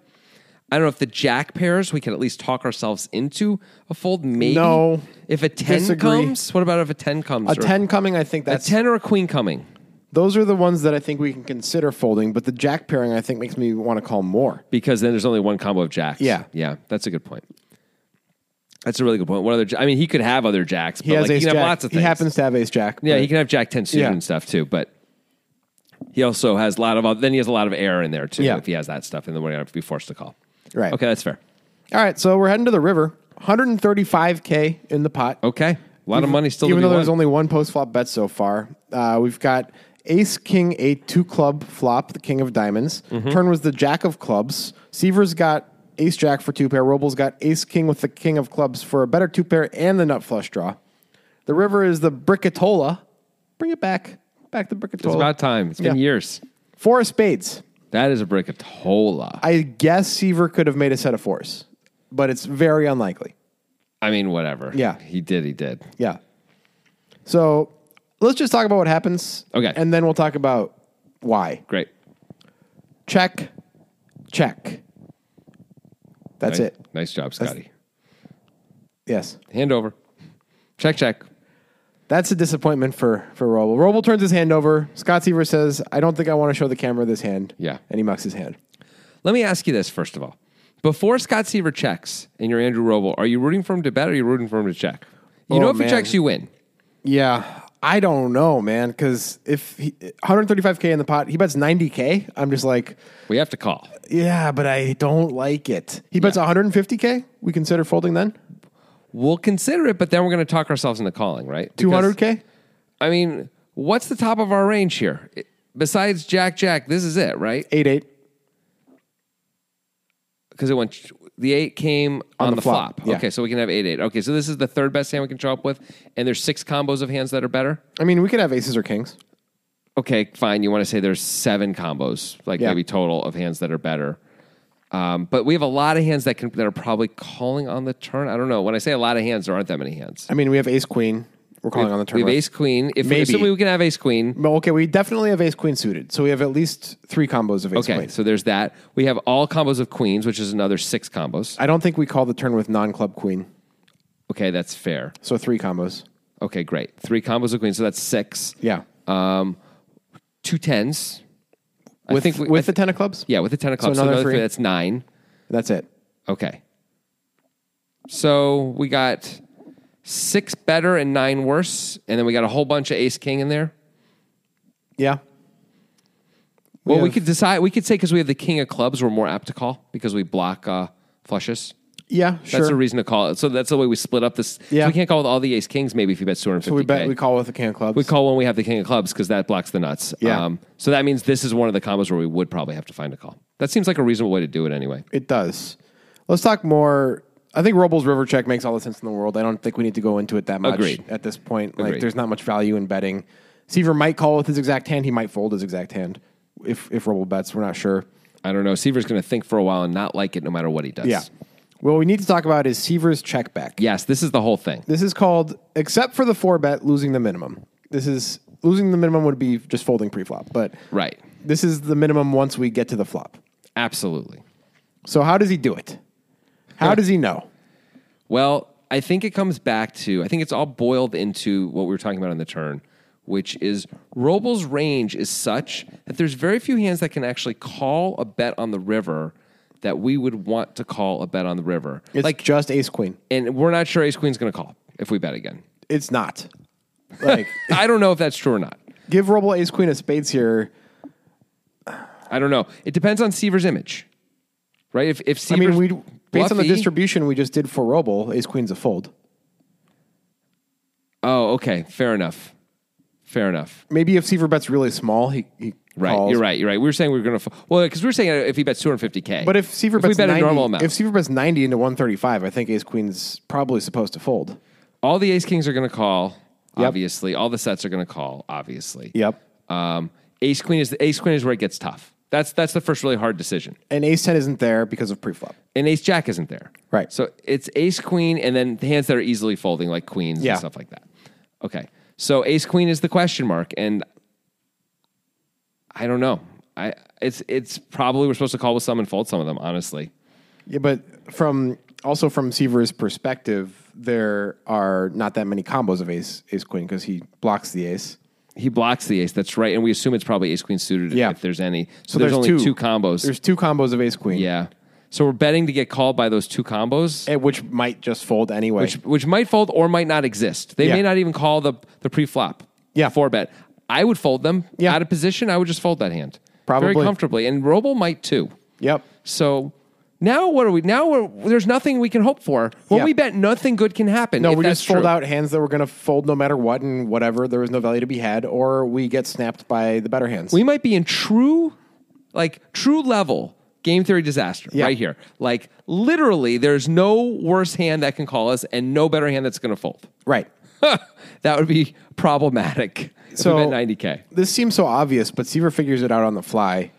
S1: I don't know if the jack pairs we can at least talk ourselves into a fold maybe.
S2: No.
S1: If a 10
S2: Disagree.
S1: comes, what about if a 10 comes?
S2: A
S1: or
S2: 10 coming, I think
S1: a
S2: that's
S1: 10 or a queen coming?
S2: those are the ones that I think we can consider folding, but the jack pairing I think makes me want to call more.
S1: because then there's only one combo of jacks.
S2: Yeah.
S1: yeah, that's a good point. That's a really good point. What other? I mean, he could have other jacks. But
S2: He has
S1: like,
S2: ace
S1: he can
S2: jack.
S1: have lots of
S2: he
S1: things.
S2: happens to have ace jack.
S1: yeah,
S2: but-
S1: he can have jack ten suited
S2: Yeah.
S1: and stuff too. But he also has a lot of. oth- Then he has a lot of air in there too.
S2: Yeah.
S1: if he has that stuff, and then we're gonna be forced to call.
S2: Right.
S1: Okay, that's fair.
S2: All right, so we're heading to the river. 135k in the pot.
S1: Okay, a lot of money still.
S2: Even
S1: to
S2: though
S1: be
S2: there's
S1: won.
S2: only one post flop bet so far, uh, we've got Ace King Eight two club flop, the King of Diamonds.
S1: Mm-hmm.
S2: Turn was the Jack of Clubs. Seaver's got Ace Jack for two pair. Robles got Ace King with the King of Clubs for a better two pair and the nut flush draw. The river is the Brickatola. Bring it back, back the Brickatola.
S1: it's about time. It's been
S2: Yeah.
S1: years.
S2: Four of spades.
S1: That is a brickatola. I,
S2: I guess Seaver could have made a set of fours, but it's very unlikely.
S1: I mean, whatever.
S2: Yeah.
S1: he did. He did.
S2: Yeah. So let's just talk about what happens.
S1: Okay.
S2: And then we'll talk about why.
S1: Great.
S2: Check, check. That's
S1: nice,
S2: it.
S1: Nice job, Scotty.
S2: Yes.
S1: Hand over. Check check.
S2: That's a disappointment for for Roble. Roble turns his hand over. Scott Seaver says, "I don't think I want to show the camera this hand."
S1: Yeah.
S2: and he mucks his hand.
S1: Let me ask you this first of all. Before Scott Seaver checks and you're Andrew Roble, are you rooting for him to bet or are you rooting for him to check? You
S2: Oh,
S1: know if
S2: man.
S1: he checks, you win.
S2: Yeah, I don't know, man. Because if he, 135k in the pot, he bets 90k. I'm just like,
S1: We have to call.
S2: yeah, but I don't like it. He bets 150k. We consider folding then.
S1: We'll consider it, but then we're going to talk ourselves into calling, right? Because-
S2: 200k.
S1: I mean, what's the top of our range here? It- Besides Jack Jack, this is it, right?
S2: Eight eight.
S1: Because it went the eight came on,
S2: the
S1: the,
S2: flop,
S1: flop.
S2: yeah.
S1: Okay, so we can have eight eight. Okay, so this is the third best hand we can show up with, and there's six combos of hands that are better.
S2: I mean, we could have aces or kings.
S1: Okay, fine. You want to say there's seven combos, like
S2: Yeah.
S1: maybe total of hands that are better. Um, but we have a lot of hands that can that are probably calling on the turn. I don't know. When I say a lot of hands, there aren't that many hands.
S2: I mean, we have ace queen. We're calling on the turn.
S1: We have
S2: right?
S1: ace queen. If
S2: Maybe.
S1: we assuming we can have ace queen,
S2: Well, okay, we definitely have ace queen suited, so we have at least three combos of ace
S1: Okay,
S2: queen.
S1: so there's that. We have all combos of queens, which is another six combos.
S2: I don't think we call the turn with non club queen,
S1: Okay, that's fair.
S2: so three combos.
S1: Okay, great. Three combos of queens, so that's six.
S2: Yeah,
S1: Um, two tens.
S2: with
S1: I think we,
S2: with
S1: I
S2: the ten of clubs.
S1: yeah, with the ten of clubs. So
S2: another
S1: another, three.
S2: three.
S1: That's nine.
S2: that's it.
S1: Okay. So we got six better and nine worse, and then we got a whole bunch of ace king in there.
S2: Yeah,
S1: Well, we
S2: have-
S1: could decide. We could say because we have the king of clubs, we're more apt to call because we block uh, flushes.
S2: yeah, sure.
S1: That's a reason to call it. So that's the way we split up this.
S2: Yeah.
S1: So we can't call with all the ace kings. Maybe if you bet two hundred fifty.
S2: so we bet we call with the king of clubs.
S1: We call when we have the king of clubs because that blocks the nuts. Um,
S2: Yeah.
S1: so that means this is one of the combos where we would probably have to find a call. That seems like a reasonable way to do it anyway.
S2: it does. Let's talk more. I think Robles River Check makes all the sense in the world. I don't think we need to go into it that much
S1: Agreed.
S2: at this point. Like,
S1: Agreed.
S2: there's not much value in betting. Seaver might call with his exact hand. He might fold his exact hand if if Roble bets. We're not sure.
S1: I don't know. Seaver's going to think for a while and not like it no matter what he does.
S2: Yeah. What we need to talk about is Seaver's check back.
S1: Yes, this is the whole thing.
S2: This is called, except for the four bet, losing the minimum. This is losing the minimum would be just folding preflop, but
S1: Right.
S2: this is the minimum once we get to the flop.
S1: Absolutely.
S2: So how does he do it? How does he know?
S1: Well, I think it comes back to I think it's all boiled into what we were talking about on the turn, which is Robles' range is such that there's very few hands that can actually call a bet on the river that we would want to call a bet on the river.
S2: It's
S1: like,
S2: like just ace queen.
S1: and we're not sure Ace Queen's going to call if we bet again.
S2: It's not. Like
S1: I don't know if that's true or not.
S2: give Roble ace queen of spades here.
S1: I don't know. It depends on Seaver's image, right? If if
S2: I
S1: Seaver's
S2: mean, we based on the
S1: bluffy-
S2: distribution we just did for Roble, ace queen's a fold.
S1: Oh, okay, fair enough, fair enough.
S2: Maybe if Seaver bets really small, he, he
S1: Right,
S2: calls.
S1: you're right, you're right. We were saying we were going to well because we were saying uh, if he bets 250k,
S2: But if Seaver
S1: if we
S2: bets
S1: bet
S2: 90,
S1: a normal amount,
S2: if Seaver bets 90 into 135, I think ace queen's probably supposed to fold.
S1: all the Ace Kings are going to call.
S2: Yep.
S1: Obviously, all the sets are going to call. Obviously,
S2: Yep.
S1: Um, Ace Queen is Ace Queen is where it gets tough. That's that's the first really hard decision.
S2: and ace 10 isn't there because of preflop.
S1: and ace jack isn't there.
S2: Right.
S1: So it's ace queen and then the hands that are easily folding like queens
S2: Yeah.
S1: and stuff like that. Okay. So ace queen is the question mark and I don't know. I it's it's probably we're supposed to call with some and fold some of them honestly.
S2: Yeah, but from also from Seaver's perspective, there are not that many combos of ace ace queen because he blocks the ace.
S1: He blocks the ace. That's right. And we assume it's probably ace queen suited
S2: Yeah.
S1: if there's any. So, there's, only two, combos.
S2: There's two combos of ace queen.
S1: yeah. So we're betting to get called by those two combos.
S2: eh, which might just fold anyway.
S1: which, which might fold or might not exist. They
S2: Yeah.
S1: may not even call the the pre-flop.
S2: Yeah.
S1: four bet. I would fold them
S2: Yeah.
S1: out of position. I would just fold that hand
S2: Probably.
S1: very comfortably, and Roble might too.
S2: yep.
S1: So now what are we? Now we're, there's nothing we can hope for. When
S2: Yeah.
S1: we bet, nothing good can happen.
S2: No,
S1: if
S2: we
S1: that's
S2: just fold
S1: true.
S2: out hands that were going to fold no matter what and whatever. There was no value to be had, or we get snapped by the better hands.
S1: We might be in true, like true level game theory disaster
S2: Yeah.
S1: right here. Like literally, there's no worse hand that can call us, and no better hand that's going to fold.
S2: right.
S1: that would be problematic.
S2: So-
S1: So if we bet 90k.
S2: This seems so obvious, but Seaver figures it out on the fly.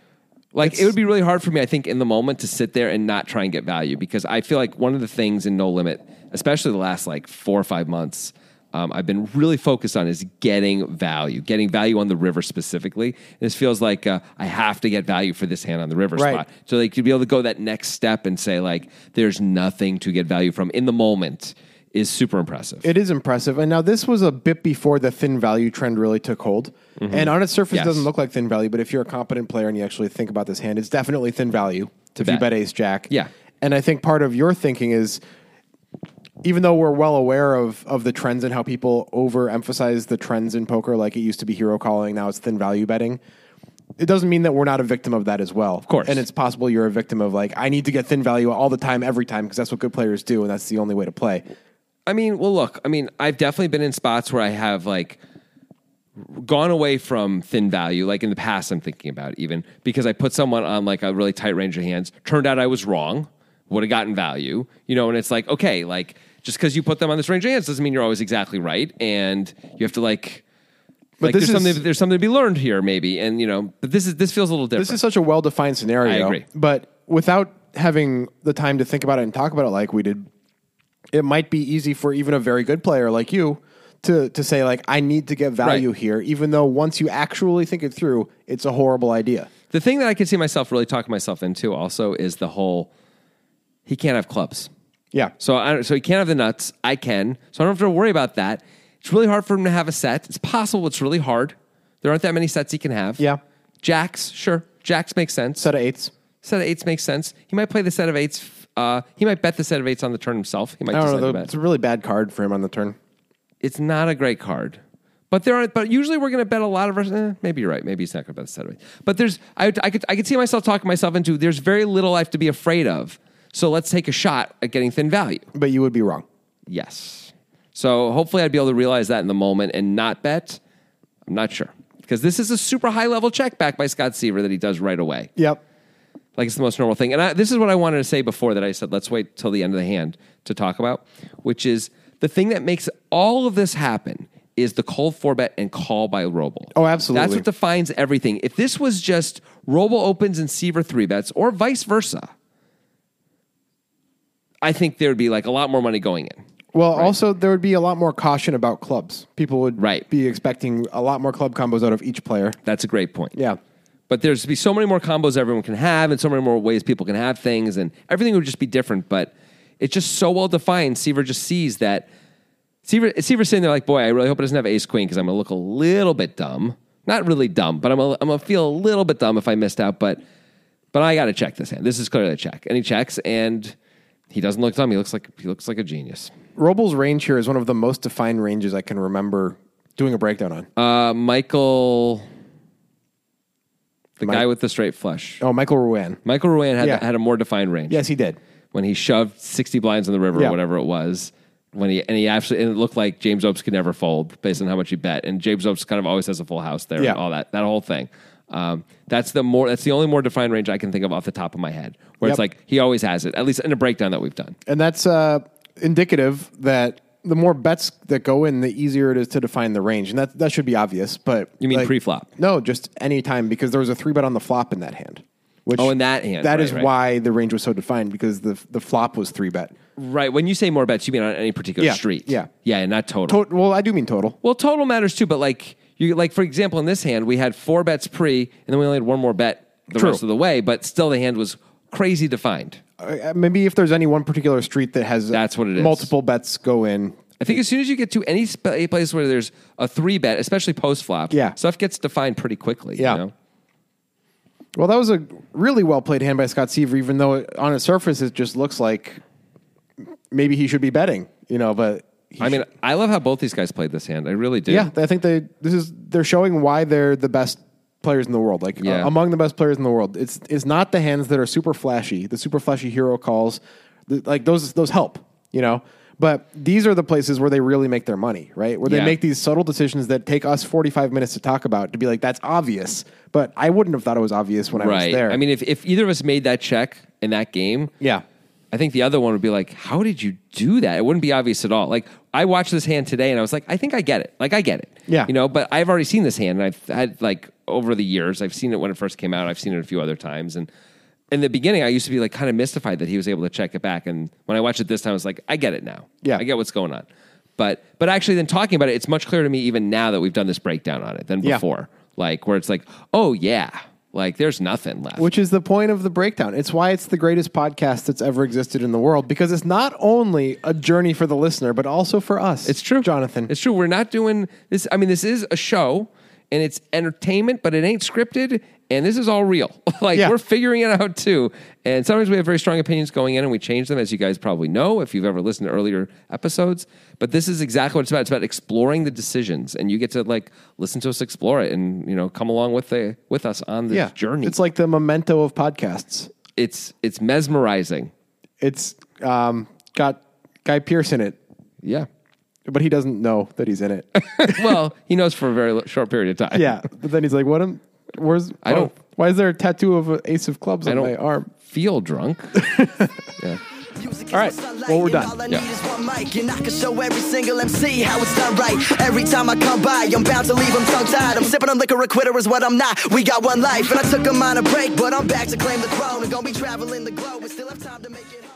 S1: Like it would be really hard for me, I think, in the moment to sit there and not try and get value because I feel like one of the things in No Limit, especially the last like four or five months, um, I've been really focused on is getting value, getting value on the river specifically. And this feels like uh, I have to get value for this hand on the river
S2: Right.
S1: spot. So like to be able to go that next step and say like, there's nothing to get value from in the moment is super impressive.
S2: It is impressive. And now this was a bit before the thin value trend really took hold. And on its surface,
S1: Mm-hmm. Yes.
S2: it doesn't look like thin value, but if you're a competent player and you actually think about this hand, it's definitely thin value to
S1: bet.
S2: bet. bet ace jack.
S1: Yeah.
S2: And I think part of your thinking is even though we're well aware of, of the trends and how people overemphasize the trends in poker, like it used to be hero calling, now it's thin value betting. It doesn't mean that we're not a victim of that as well. Of
S1: course.
S2: And it's possible you're a victim of like, I need to get thin value all the time, every time, because that's what good players do, and that's the only way to play.
S1: I mean, well, look, I mean, I've definitely been in spots where I have like gone away from thin value. Like in the past, I'm thinking about it even because I put someone on like a really tight range of hands. Turned out I was wrong. Would have gotten value, you know. And it's like, okay, like just because you put them on this range of hands doesn't mean you're always exactly right, and you have to like. But like
S2: this
S1: there's
S2: is-
S1: something there's something to be learned here, maybe, and you know. But this is this feels a little different.
S2: This is such a well defined scenario.
S1: I agree.
S2: But without having the time to think about it and talk about it like we did, it might be easy for even a very good player like you to to say like I need to get value
S1: Right.
S2: here, even though once you actually think it through, it's a horrible idea.
S1: The thing that I could see myself really talking myself into also is the whole he can't have clubs.
S2: Yeah.
S1: So I, so he can't have the nuts. I can. So I don't have to worry about that. It's really hard for him to have a set. It's possible. It's really hard. There aren't that many sets he can have.
S2: Yeah.
S1: Jacks, sure. Jacks makes sense.
S2: Set of eights.
S1: Set of eights makes sense. He might play the set of eights. Uh, he might bet the set of eights on the turn himself. He might
S2: I
S1: just
S2: don't know.
S1: like to
S2: though,
S1: bet
S2: It's a really bad card for him on the turn.
S1: it's not a great card. But there are, but usually we're going to bet a lot of our. Eh, maybe you're right. Maybe it's not going to bet the set of eight. But there's, I, I could, I could see myself talking myself into. There's very little I have to be afraid of. So let's take a shot at getting thin value.
S2: But you would be wrong.
S1: Yes. So hopefully I'd be able to realize that in the moment and not bet. I'm not sure because this is a super high level check back by Scott Seaver that he does right away
S2: Yep.
S1: like it's the most normal thing. And I, this is what I wanted to say before that I said let's wait till the end of the hand to talk about, which is the thing that makes all of this happen is the cold four bet and call by Roble.
S2: Oh, absolutely.
S1: That's what defines everything. If this was just Roble opens and Seaver three bets or vice versa, I think there would be like a lot more money going in.
S2: Well, also there would be a lot more caution about clubs. People would
S1: Right.
S2: be expecting a lot more club combos out of each player.
S1: That's a great point.
S2: Yeah.
S1: But there's be so many more combos everyone can have, and so many more ways people can have things, and everything would just be different. But it's just so well defined. Seaver just sees that. Seaver, Seaver's sitting there like, boy, I really hope it doesn't have ace queen because I'm going to look a little bit dumb. Not really dumb, but I'm going I'm to feel a little bit dumb if I missed out. But but I got to check this hand. This is clearly a check. And he checks, and he doesn't look dumb. He looks like he looks like a genius.
S2: Roble's range here is one of the most defined ranges I can remember doing a breakdown on.
S1: Uh, Michael, the
S2: Mike-
S1: guy with the straight flush.
S2: oh, Michael Ruan.
S1: Michael Ruan had,
S2: Yeah.
S1: had a more defined range.
S2: Yes, he did.
S1: when he shoved 60 blinds in the river
S2: Yeah.
S1: or whatever it was. When he and he actually and it looked like James Opes could never fold based on how much he bet, and James Opes kind of always has a full house there,
S2: Yeah.
S1: and all that that whole thing. Um, that's the more that's the only more defined range I can think of off the top of my head where
S2: Yep.
S1: it's like he always has it at least in a breakdown that we've done.
S2: And that's uh, indicative that the more bets that go in, the easier it is to define the range. And that, that should be obvious, but.
S1: You mean pre-flop?
S2: No, just any time because there was a three bet on the flop in that hand. Which,
S1: Oh, in that hand,
S2: that
S1: right,
S2: is
S1: right.
S2: why the range was so defined because the, the flop was three bet.
S1: Right when you say more bets, you mean on any particular
S2: Yeah,
S1: street?
S2: yeah.
S1: yeah, not total.
S2: Tot- well, I do mean total.
S1: Well, total matters too, but like you like for example in this hand we had four bets pre, and then we only had one more bet the
S2: True.
S1: rest of the way, but still the hand was crazy defined.
S2: Uh, maybe if there's any one particular street that has
S1: That's what it is.
S2: multiple bets go in.
S1: I think as soon as you get to any sp- place where there's a three bet, especially post flop,
S2: Yeah.
S1: stuff gets defined pretty quickly.
S2: Yeah.
S1: You know?
S2: Well, that was a really well played hand by Scott Seaver, even though it, on its surface it just looks like maybe he should be betting, you know. But he
S1: I mean,
S2: should-
S1: I love how both these guys played this hand. I really do.
S2: yeah, I think they this is they're showing why they're the best players in the world, like
S1: Yeah.
S2: uh, among the best players in the world. It's it's not the hands that are super flashy, the super flashy hero calls, the, like those those help, you know. But these are the places where they really make their money, right? Where they
S1: Yeah.
S2: make these subtle decisions that take us 45 minutes to talk about to be like, that's obvious. But I wouldn't have thought it was obvious when I was
S1: Right.
S2: there.
S1: I mean, if, if either of us made that check in that game,
S2: Yeah.
S1: I think the other one would be like, how did you do that? It wouldn't be obvious at all. Like, I watched this hand today and I was like, I think I get it. Like, I get it.
S2: Yeah.
S1: You know, but I've already seen this hand and I've had, like, over the years, I've seen it when it first came out. I've seen it a few other times. And in the beginning, I used to be, like, kind of mystified that he was able to check it back. And when I watched it this time, I was like, I get it now.
S2: Yeah.
S1: I get what's going on. But, but actually, then talking about it, it's much clearer to me even now that we've done this breakdown on it than
S2: Yeah.
S1: before. Like, where it's like, oh, yeah. Like there's nothing left.
S2: Which is the point of the breakdown. It's why it's the greatest podcast that's ever existed in the world because it's not only a journey for the listener, but also for us.
S1: It's true,
S2: Jonathan.
S1: It's true. We're not doing this. I mean, this is a show and it's entertainment, but it ain't scripted. And this is all real. like
S2: Yeah.
S1: we're figuring it out too. And sometimes we have very strong opinions going in, and we change them, as you guys probably know if you've ever listened to earlier episodes. But this is exactly what it's about. It's about exploring the decisions, and you get to like listen to us explore it, and you know come along with the with us on this
S2: yeah.
S1: journey.
S2: It's like the memento of podcasts.
S1: it's it's mesmerizing.
S2: It's um, got Guy Pearce in it,
S1: Yeah.
S2: but he doesn't know that he's in it.
S1: well, he knows for a very li- short period of time.
S2: yeah. But then he's like, what am, where's,
S1: I don't-
S2: why is there a tattoo of an ace of clubs
S1: I
S2: on
S1: don't
S2: my arm?
S1: feel drunk. yeah.
S3: Music
S2: All right,
S3: is what's I like,
S2: well, we're
S3: and
S2: done.
S3: All I
S1: Yeah.
S3: need is one mic, and I can show every single MC how it's done right. Every time I come by, I'm bound to leave them tongue tied. I'm sipping on liquor, a quitter is what I'm not. We got one life, and I took a minor break, but I'm back to claim the throne. And gonna be traveling the globe, and still have time to make it home.